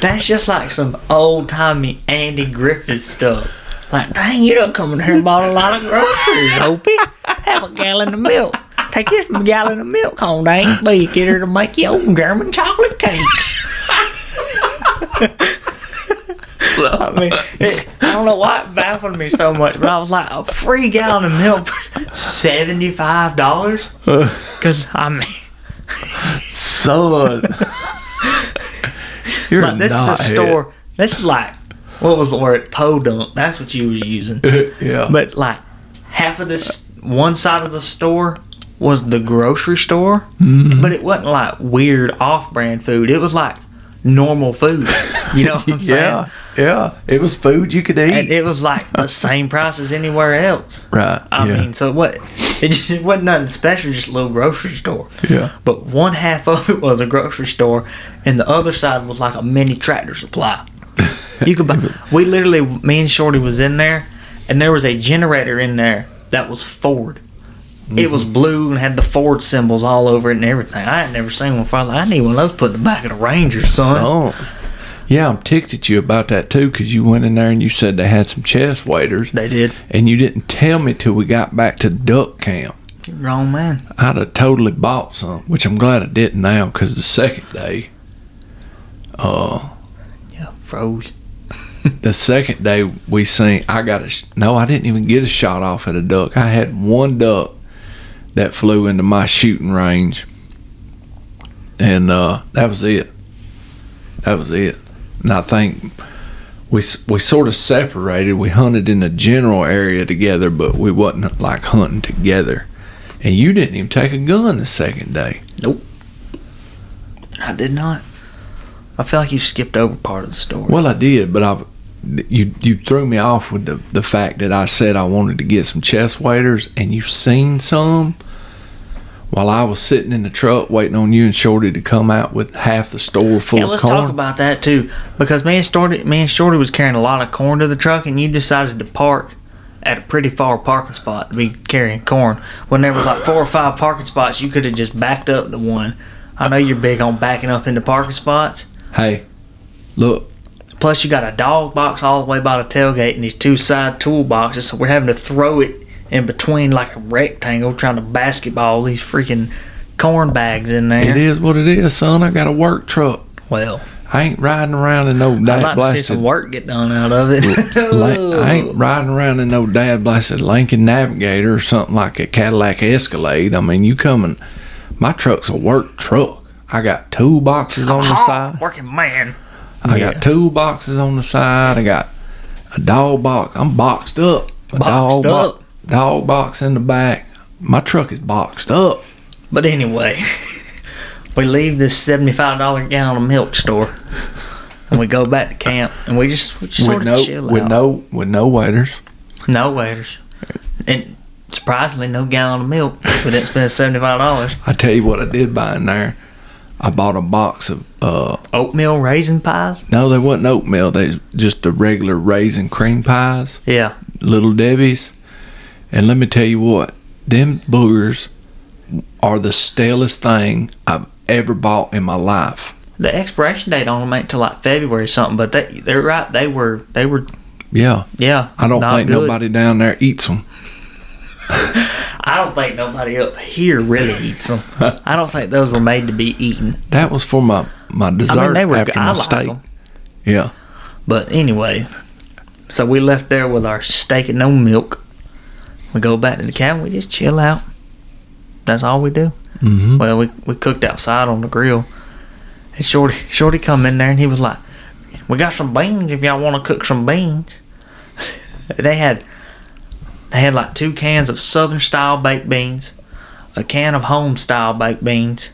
S2: That's just like some old timey Andy Griffith stuff. Like, dang, you done come in here and bought a lot of groceries, Opie. Have a gallon of milk. Take this gallon of milk home, dang. But you get her to make your own German chocolate cake. I mean, it, I don't know why it baffled me so much, but I was like, a free gallon of milk for seventy-five dollars? Because I mean,
S1: Son. You're
S2: like, this
S1: not
S2: is a store. This is like, what was the word? Podunk. That's what you was using.
S1: Yeah.
S2: But like half of this one side of the store was the grocery store,
S1: Mm-hmm.
S2: but it wasn't like weird off-brand food. It was like normal food. You know what I'm
S1: yeah.
S2: saying?
S1: Yeah. It was food you could eat.
S2: And it was like the same price as anywhere else.
S1: right.
S2: I
S1: yeah.
S2: mean, so what? It just it wasn't nothing special, just a little grocery store.
S1: Yeah.
S2: But one half of it was a grocery store, and the other side was like a mini tractor supply. You could buy. we literally, me and Shorty was in there, and there was a generator in there that was Ford. It
S1: Mm-hmm.
S2: was blue and had the Ford symbols all over it and everything. I had never seen one before. I was like, I need one of those put in the back of the Ranger, son.
S1: So, yeah, I'm ticked at you about that too, 'cause you went in there and you said they had some chest waiters,
S2: they did.
S1: and you didn't tell me till we got back to duck camp.
S2: Wrong man.
S1: I'd have totally bought some, which I'm glad I didn't now, 'cause the second day, uh,
S2: Yeah, froze.
S1: the second day we seen I got a sh- no, I didn't even get a shot off at a duck. I had one duck that flew into my shooting range, and uh, that was it. That was it. And I think we s- we sort of separated. We hunted in the general area together, but we wasn't like hunting together. And you didn't even take a gun the second day.
S2: I did not. I feel like you skipped over part of the story.
S1: Well, I did, but I you you threw me off with the the fact that I said I wanted to get some chest waders, and you seen some. While I was sitting in the truck waiting on you and Shorty to come out with half the store full
S2: Yeah,
S1: of
S2: let's
S1: corn.
S2: talk about that too, because me and Shorty, me and Shorty was carrying a lot of corn to the truck, and you decided to park at a pretty far parking spot to be carrying corn. When there was like four or five parking spots, you could have just backed up to one. I know you're big on backing up into parking spots.
S1: hey, look,
S2: Plus, you got a dog box all the way by the tailgate and these two side toolboxes, so we're having to throw it in between like a rectangle, trying to basketball these freaking corn bags in there.
S1: it is what it is, son. I got a work truck.
S2: Well,
S1: I ain't riding around in no
S2: I'd
S1: dad
S2: like to see
S1: blasted.
S2: some work get done out of it.
S1: La- I ain't riding around in no dad blasted Lincoln Navigator or something like a Cadillac Escalade. I mean, you coming? My truck's a work truck. I got tool boxes on the
S2: Hard
S1: side.
S2: Working man.
S1: I
S2: Yeah.
S1: got tool boxes on the side. I got a dog box. I'm boxed up. A
S2: Boxed
S1: dog bo-
S2: up.
S1: dog box in the back. My truck is boxed up.
S2: But anyway, we leave this seventy-five dollar gallon of milk store, and we go back to camp, and we just, we just sort
S1: with
S2: of
S1: no
S2: chill
S1: with
S2: out.
S1: no with no waiters.
S2: no waiters, and surprisingly, no gallon of milk. We didn't spend seventy-five dollars.
S1: I tell you what I did buy in there. I bought a box of uh
S2: Oatmeal raisin pies.
S1: no, they wasn't oatmeal. They was just the regular raisin cream pies,
S2: Yeah,
S1: little debbies. And let me tell you what, them boogers are the stalest thing I've ever bought in my life.
S2: the expiration date on them ain't till like February or something. But they they're right. They were they were
S1: Yeah,
S2: yeah.
S1: I don't
S2: not
S1: think
S2: good.
S1: nobody down there eats them.
S2: I don't think nobody up here really eats them. I don't think those were made to be eaten.
S1: That was for my my dessert
S2: I mean, they were.
S1: after
S2: good.
S1: my
S2: I like
S1: steak.
S2: 'em.
S1: Yeah,
S2: But anyway, so we left there with our steak and no milk. We go back to the cabin. We just chill out. That's all we do.
S1: Mhm.
S2: Well, we, we cooked outside on the grill. And Shorty Shorty come in there and he was like, "We got some beans if y'all want to cook some beans." they had they had like two cans of Southern style baked beans, a can of home style baked beans,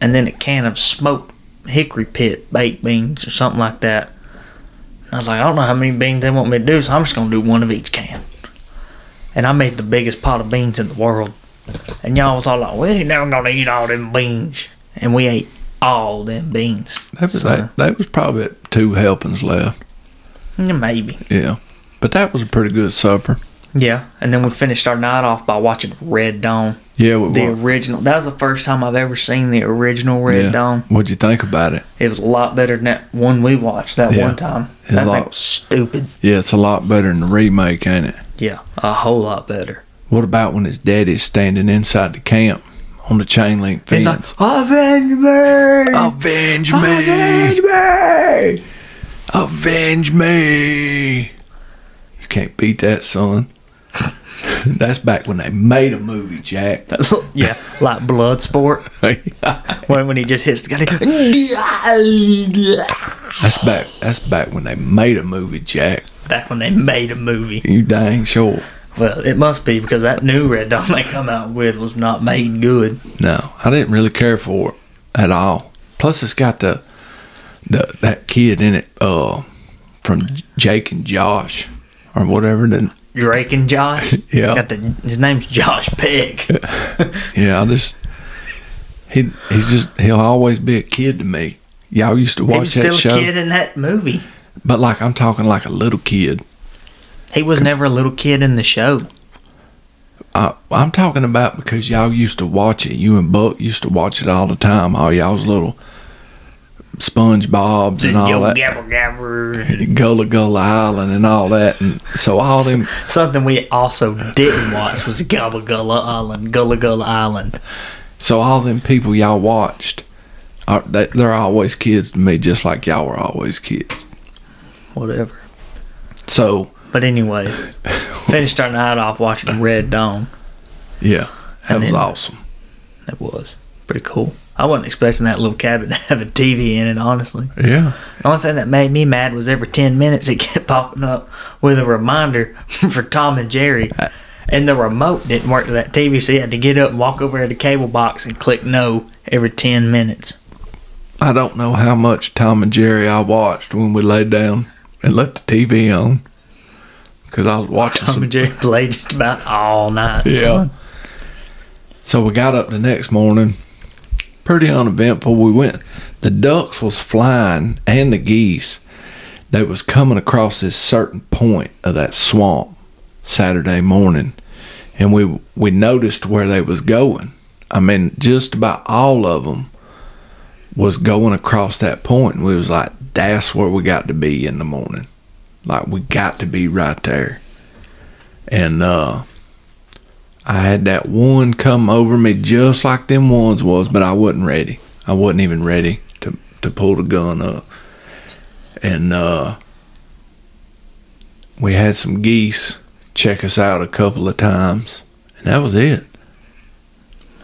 S2: and then a can of smoked hickory pit baked beans or something like that. I was like, I don't know how many beans they want me to do, so I'm just gonna do one of each can. And I made the biggest pot of beans in the world. And y'all was all like, We ain't never gonna eat all them beans. And we ate all them beans.
S1: that was
S2: So,
S1: that, that was probably two helpings left.
S2: yeah, maybe.
S1: Yeah, but that was a pretty good supper.
S2: Yeah. And then we finished our night off by watching Red Dawn.
S1: Yeah, we
S2: The
S1: were.
S2: original that was the first time I've ever seen the original Red
S1: yeah.
S2: Dawn.
S1: What'd you think about it?
S2: It was a lot better than that one we watched that
S1: Yeah.
S2: one time.
S1: It's
S2: That
S1: a
S2: thing
S1: lot-
S2: was stupid.
S1: Yeah, it's a lot better than the remake, ain't it?
S2: Yeah. A whole lot better.
S1: What about when his daddy's standing inside the camp on the chain link
S2: He's
S1: fence?
S2: like, Avenge me!
S1: Avenge me!
S2: Avenge me!
S1: Avenge me! You can't beat that, son. That's back when they made a movie, Jack.
S2: That's, yeah, like blood sport when, when he just hits the guy.
S1: That's back. That's back when they made a movie, Jack.
S2: Back when they made a movie.
S1: You dang sure.
S2: Well, it must be because that new Red Dawn they come out with was not made good.
S1: No, I didn't really care for it at all. Plus, it's got the the that kid in it uh, from Jake and Josh or whatever. Then
S2: Drake and Josh.
S1: Yeah.
S2: Got the, his name's Josh Peck.
S1: yeah, I just he he's just he'll always be a kid to me. Y'all used to
S2: he
S1: watch
S2: was still
S1: that
S2: a
S1: show,
S2: kid in that movie.
S1: but like I'm talking like a little kid.
S2: He was never a little kid in the show.
S1: I, I'm talking about because y'all used to watch it. You and Buck used to watch it all the time. All y'all's little SpongeBob's and all
S2: Yo,
S1: that.
S2: gabber, gabber.
S1: Gullah Gullah Island and all that, and so all them.
S2: Something we also didn't watch was Gabba Gullah Island, Gullah Gullah Island.
S1: So all them people y'all watched, are, they, they're always kids to me, just like y'all were always kids.
S2: Whatever.
S1: So
S2: But anyways, finished our night off watching Red Dawn.
S1: yeah, that
S2: And
S1: was
S2: then-
S1: awesome.
S2: That was pretty cool. I wasn't expecting that little cabin to have a TV in it, honestly.
S1: Yeah,
S2: The only thing that made me mad was every 10 minutes it kept popping up with a reminder for Tom and Jerry. And the remote didn't work to that TV, so you had to get up and walk over to the cable box and click no every 10 minutes.
S1: I don't know how much Tom and Jerry I watched when we laid down and left the TV on, because I was watching
S2: Tom
S1: some.
S2: and Jerry played just about all night.
S1: Yeah.
S2: son.
S1: So we got up the next morning. Pretty uneventful. We went. The ducks was flying and the geese. They was coming across this certain point of that swamp Saturday morning, and we we noticed where they was going. I mean, just about all of them was going across that point. And we was like, that's where we got to be in the morning. Like we got to be right there. And uh I had that one come over me just like them ones was, but I wasn't ready. I wasn't even ready to, to pull the gun up. And uh, we had some geese check us out a couple of times, and that was it.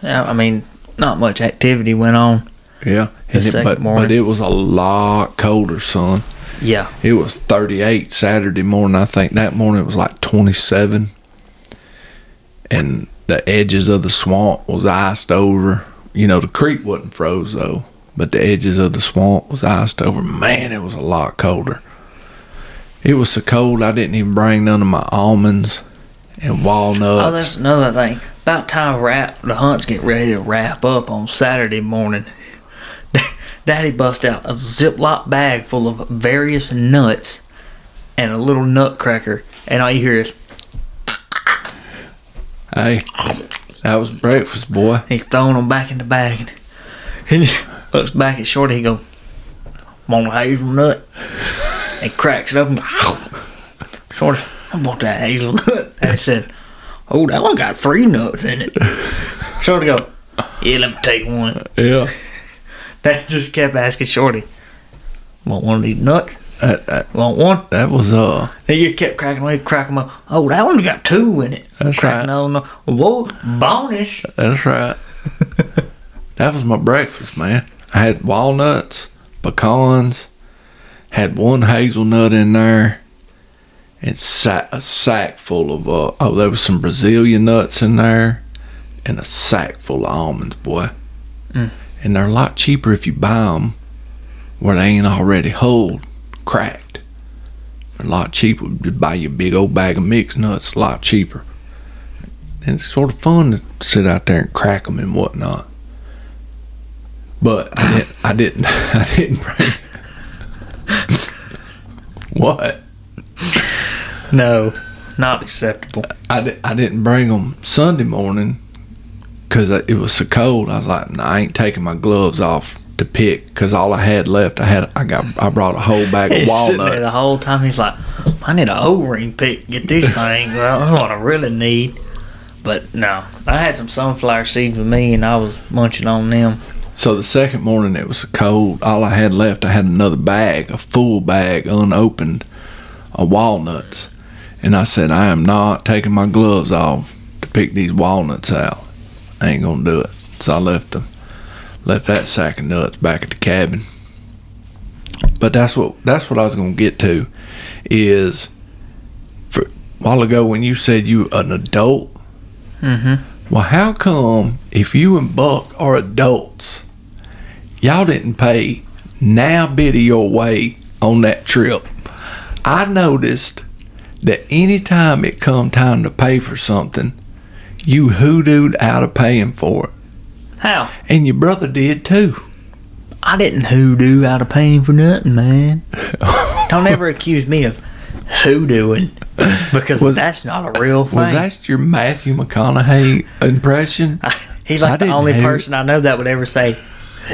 S2: Yeah, I mean, not much activity went on.
S1: Yeah, and
S2: The
S1: it,
S2: second
S1: but,
S2: morning.
S1: but it was a lot colder, son.
S2: Yeah.
S1: It was 38 Saturday morning. I think that morning it was like 27. And the edges of the swamp was iced over. You know, the creek wasn't froze though, but the edges of the swamp was iced over. Man, it was a lot colder. It was so cold I didn't even bring none of my almonds and walnuts.
S2: Oh, that's another thing. About time wrap the hunt's getting ready to wrap up on Saturday morning. Daddy bust out a Ziploc bag full of various nuts and a little nutcracker, and all you hear is
S1: Hey, that was breakfast, boy.
S2: he's throwing them back in the bag. And he looks back at Shorty, he go, "I'm on a hazelnut," and cracks it open. Shorty, I want that hazelnut. And I said, "Oh, that one got three nuts in it." Shorty go, "Yeah, let me take one."
S1: Yeah.
S2: That just kept asking Shorty, "Want one of these nuts?
S1: That, that,
S2: Want one?"
S1: that was uh
S2: And you kept cracking away, cracking up. Oh, that one's got two in it.
S1: That's
S2: cracking
S1: right.
S2: On, whoa, bonus.
S1: that's right. that was my breakfast, man. I had walnuts, pecans, had one hazelnut in there, and sa- a sack full of uh oh, there was some Brazilian nuts in there, and a sack full of almonds, boy. And they're a lot cheaper if you buy them where they ain't already whole, cracked. a lot cheaper. to buy your big old bag of mixed nuts, a lot cheaper. And it's sort of fun to sit out there and crack them and whatnot. But I didn't. I didn't. I didn't bring. what?
S2: No, not acceptable.
S1: I, di- I didn't bring them Sunday morning because it was so cold. I was like, nah, I ain't taking my gloves off to pick because all I had left, I had I got I brought a whole bag of
S2: He's sitting there the
S1: walnuts.
S2: whole time. He's like, I need an O ring pick. Get these things. out. That's what I really need. But no, I had some sunflower seeds with me, and I was munching on them.
S1: So the second morning it was so cold. All I had left, I had another bag, a full bag, unopened, of walnuts, and I said, I am not taking my gloves off to pick these walnuts out. I ain't gonna do it. So I left them, left that sack of nuts back at the cabin. But that's what that's what I was gonna get to, is, for, a while ago when you said you an adult.
S2: Mm-hmm.
S1: Well, how come if you and Buck are adults, y'all didn't pay now bit of your way on that trip? I noticed that anytime it come time to pay for something, you hoodooed out of paying for it.
S2: How?
S1: And your brother did too.
S2: I didn't hoodoo out of pain for nothing, man. Don't ever accuse me of hoodooing because
S1: Was-
S2: that's not a real thing.
S1: Was that your Matthew McConaughey impression?
S2: He's
S1: I
S2: like the
S1: didn't
S2: only
S1: hoot.
S2: person I know that would ever say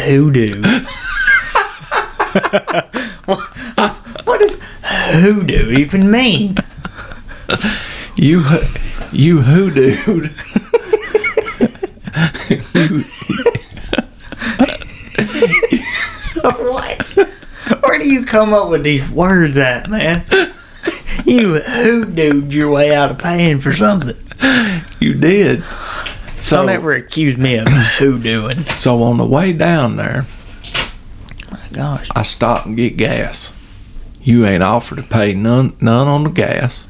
S2: hoodoo. what, what does hoodoo even mean?
S1: You, ho- you hoodooed.
S2: what? Where do you come up with these words at, man? You hoodooed your way out of paying for something.
S1: You did. So
S2: Don't ever accuse me of hoodooing.
S1: so on the way down there,
S2: My gosh.
S1: I stop and get gas. You ain't offered to pay none none on the gas,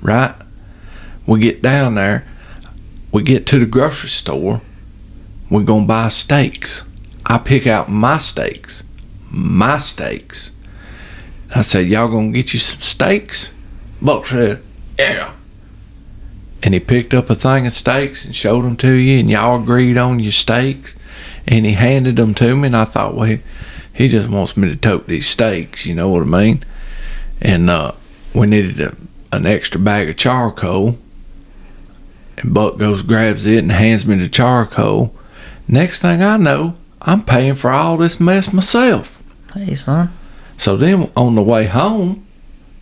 S1: right? We get down there, we get to the grocery store, we're gonna buy steaks. I pick out my steaks, my steaks. I said, y'all gonna get you some steaks? Buck said, yeah. And he picked up a thing of steaks and showed them to you, and y'all agreed on your steaks. And he handed them to me, and I thought, well, he just wants me to tote these steaks, you know what I mean? And uh, we needed a, an extra bag of charcoal. And Buck goes, grabs it, and hands me the charcoal. Next thing I know, I'm paying for all this mess myself.
S2: Hey, son.
S1: So then on the way home,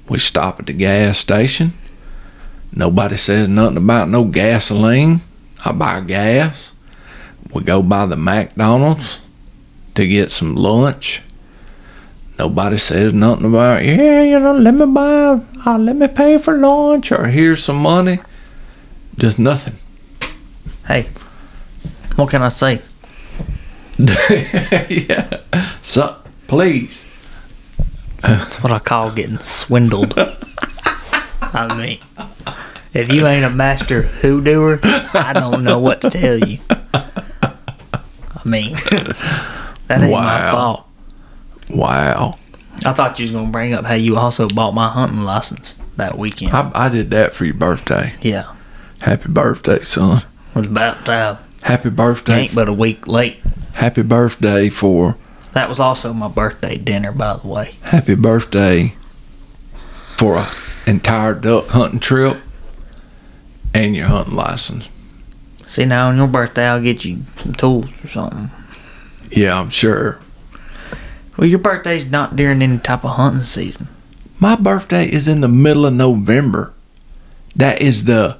S1: we stop at the gas station. Nobody says nothing about no gasoline. I buy gas. We go by the McDonald's to get some lunch. Nobody says nothing about yeah, you know, let me buy, uh, let me pay for lunch or here's some money. Just nothing.
S2: Hey. What can I say?
S1: yeah. So please.
S2: That's what I call getting swindled. I mean, If you ain't a master who doer, I don't know what to tell you. I mean, that ain't my
S1: Wow.
S2: fault.
S1: Wow.
S2: I thought you was gonna bring up how you also bought my hunting license that weekend.
S1: I, I did that for your birthday.
S2: yeah,
S1: Happy birthday, son.
S2: it was about time.
S1: Happy birthday.
S2: Ain't but a week late.
S1: Happy birthday for
S2: That was also my birthday dinner, by the way.
S1: happy birthday for a entire duck hunting trip and your hunting license.
S2: See, now on your birthday, I'll get you some tools or something.
S1: Yeah, I'm sure.
S2: Well, your birthday's not during any type of hunting season.
S1: My birthday is in the middle of November. That is the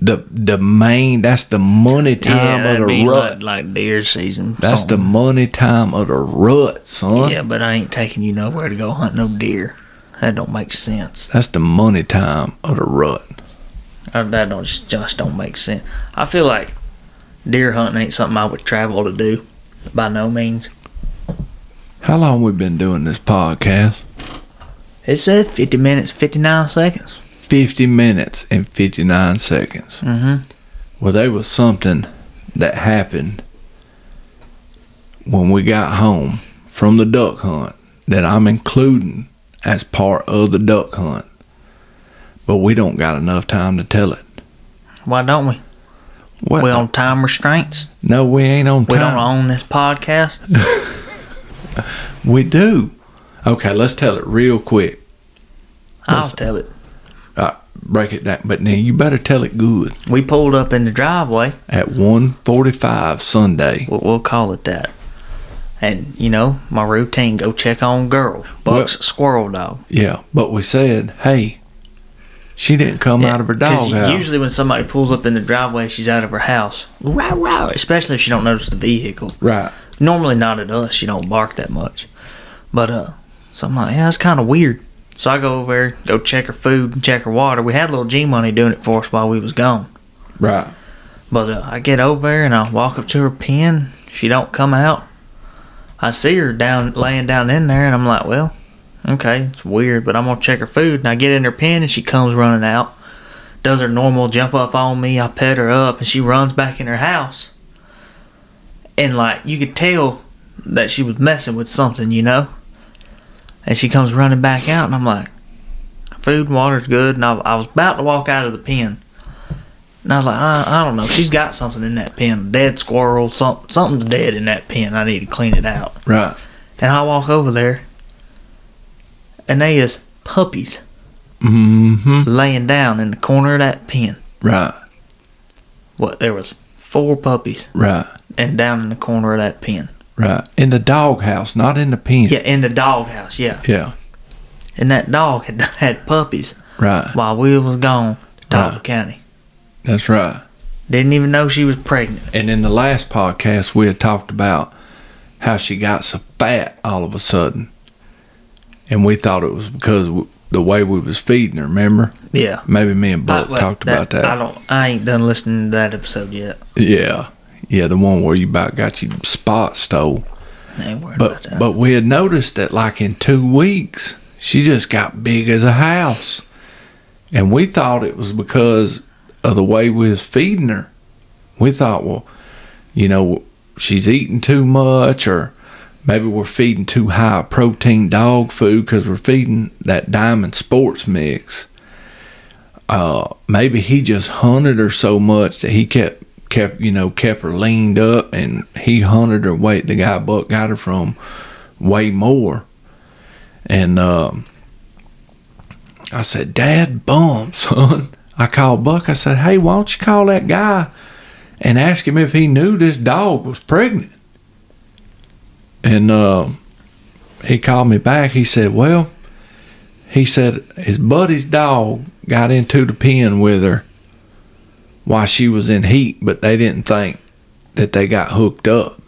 S1: the the main that's the money time
S2: that'd
S1: of the
S2: be
S1: rut.
S2: like, like deer season.
S1: that's the
S2: something.
S1: money time of the rut, son.
S2: yeah, but I ain't taking you nowhere to go hunt no deer. That don't make sense.
S1: That's the money time of the rut.
S2: Uh, That don't just, just don't make sense. I feel like deer hunting ain't something I would travel to do, by no means.
S1: How long we been doing this podcast?
S2: It said 50 minutes, 59 seconds.
S1: Fifty minutes and fifty nine seconds.
S2: Mm-hmm.
S1: Well, there was something that happened when we got home from the duck hunt that I'm including as part of the duck hunt. But we don't got enough time to tell it.
S2: Why don't we?
S1: What?
S2: We on time restraints.
S1: no, we ain't on time.
S2: We don't own this podcast.
S1: We do. Okay, let's tell it real quick.
S2: I'll
S1: Listen.
S2: tell it.
S1: Break it down. But now you better tell it good.
S2: We pulled up in the driveway.
S1: At 1.45 Sunday.
S2: We'll, we'll call it that. And you know my routine: go check on girl, Buck's
S1: Well-
S2: squirrel dog.
S1: Yeah, but we said, hey, she didn't come out of her
S2: 'Cause
S1: dog house.
S2: Usually, when somebody pulls up in the driveway, she's out of her house. Wow, wow. Especially if she don't notice the vehicle.
S1: right.
S2: Normally, not at us. She don't bark that much. But uh, so I'm like, yeah, that's kind of weird. So I go over there, go check her food and check her water. We had little G Money doing it for us while we was gone.
S1: Right.
S2: But uh, I get over there and I walk up to her pen. She don't come out. I see her down laying down in there, and I'm like, well, okay, it's weird, but I'm gonna check her food. And I get in her pen, and she comes running out. Does her normal jump up on me. I pet her up, and she runs back in her house. And like you could tell that she was messing with something, you know. And she comes running back out, and I'm like, food and water's good. And I, I was about to walk out of the pen. And I was like, I, I don't know. She's got something in that pen. Dead squirrel. Some, something's dead in that pen. I need to clean it out.
S1: Right.
S2: And I walk over there. And they is puppies
S1: Mm-hmm.
S2: laying down in the corner of that pen.
S1: Right.
S2: What? There was four puppies
S1: Right.
S2: and down in the corner of that pen.
S1: Right. In the doghouse, not in the pen.
S2: Yeah, in the doghouse. Yeah.
S1: Yeah.
S2: And that dog had had puppies
S1: Right.
S2: while we was gone to Talbot
S1: Right.
S2: County.
S1: That's right.
S2: Didn't even know she was pregnant.
S1: And in the last podcast, we had talked about how she got so fat all of a sudden, and we thought it was because w the way we was feeding her. Remember?
S2: Yeah.
S1: Maybe me and Buck
S2: I- well,
S1: talked about that.
S2: I don't. I ain't done listening to that episode yet.
S1: yeah. Yeah, the one where you about got your spot stole.
S2: I ain't worried about
S1: But
S2: that.
S1: but we had noticed that like in two weeks, she just got big as a house, and we thought it was because of the way we was feeding her. We thought, well, you know, she's eating too much, or maybe we're feeding too high protein dog food because we're feeding that Diamond Sports mix. Uh, maybe he just hunted her so much that he kept kept you know kept her leaned up and he hunted her weight the guy buck got her from way more and um i said dad bum son i called buck i said hey why don't you call that guy and ask him if he knew this dog was pregnant and um he called me back he said well he said his buddy's dog got into the pen with her why she was in heat, but they didn't think that they got hooked up.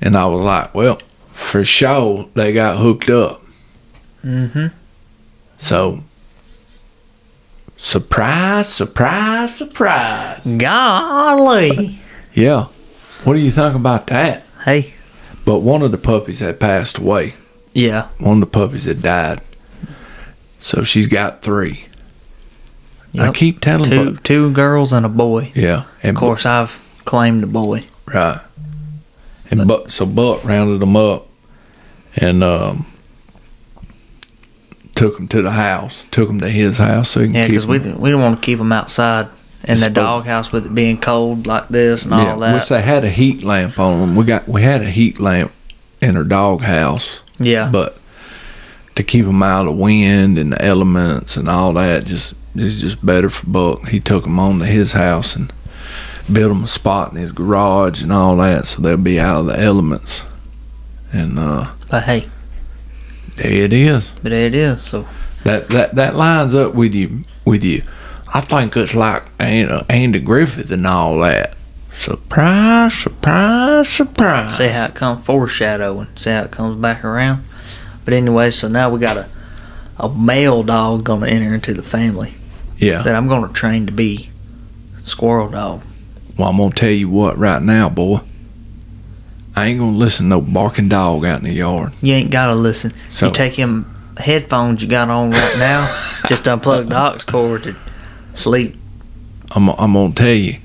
S1: And I was like, well, for sure they got hooked up.
S2: mm-hmm.
S1: So, surprise, surprise, surprise.
S2: Golly.
S1: Yeah. What do you think about that?
S2: Hey.
S1: But one of the puppies had passed away.
S2: Yeah.
S1: One of the puppies had died. So she's got three. I
S2: Yep.
S1: keep telling
S2: Two
S1: bu-
S2: two girls and a boy.
S1: Yeah, and
S2: Of course, I've claimed the boy.
S1: Bu- right. And Buck, so Buck rounded them up, and um, took them to the house. Took them to his house so he can
S2: Yeah,
S1: keep
S2: because we
S1: 'em.
S2: we don't want to keep them outside in
S1: It's
S2: the
S1: supposed-
S2: doghouse with it being cold like this and all
S1: Which
S2: that.
S1: they had a heat lamp on them. We got we had a heat lamp in her dog house,
S2: Yeah,
S1: but to keep them out of the wind and the elements and all that, just is just better for Buck. He took them on to his house and built him a spot in his garage and all that, so they'll be out of the elements. And uh,
S2: but hey,
S1: there it is.
S2: but there it is. So
S1: That that that lines up with you with you. I think it's like you know Andy Griffith and all that. Surprise! Surprise! Surprise!
S2: see how it comes foreshadowing. See how it comes back around. But anyway, so now we got a a male dog gonna enter into the family
S1: Yeah.
S2: that I'm gonna train to be squirrel dog.
S1: Well, I'm gonna tell you what right now, boy. I ain't gonna listen to no barking dog out in the yard.
S2: You ain't gotta listen.
S1: So-
S2: you take him headphones you got on right now. just unplug the aux cord and sleep.
S1: I'm I'm gonna tell you.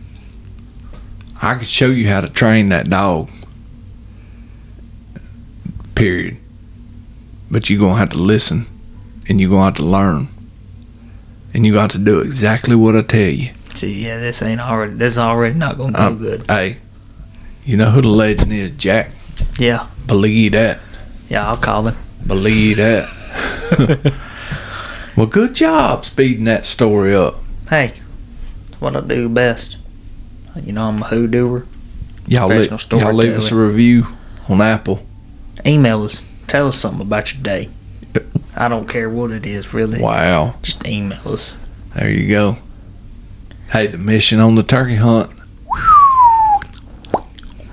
S1: I could show you how to train that dog. Period. But you're gonna have to listen, and you're gonna have to learn, and you got to do exactly what I tell you.
S2: See, yeah, this ain't already. This already not gonna go
S1: I'm-
S2: good.
S1: Hey, you know who the legend is, Jack.
S2: Yeah,
S1: Believe that.
S2: yeah, I'll call him.
S1: Believe that. well, good job speeding that story up.
S2: Hey, it's what I do best. You know, I'm a who doer.
S1: Y'all, le-
S2: Professional
S1: y'all leave us a
S2: storyteller.
S1: review on Apple.
S2: Email us. Tell us something about your day. I don't care what it is, really.
S1: Wow.
S2: Just email us.
S1: There you go. Hey, the mission on the turkey hunt.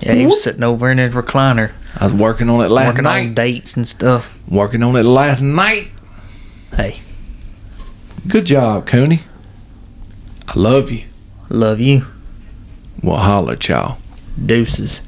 S2: Yeah, he was sitting over in his recliner,
S1: I was working on it last
S2: working
S1: night.
S2: on dates and stuff.
S1: working on it last night.
S2: Hey,
S1: Good job, Cooney. I love you.
S2: love you.
S1: Well, holler at y'all.
S2: Deuces.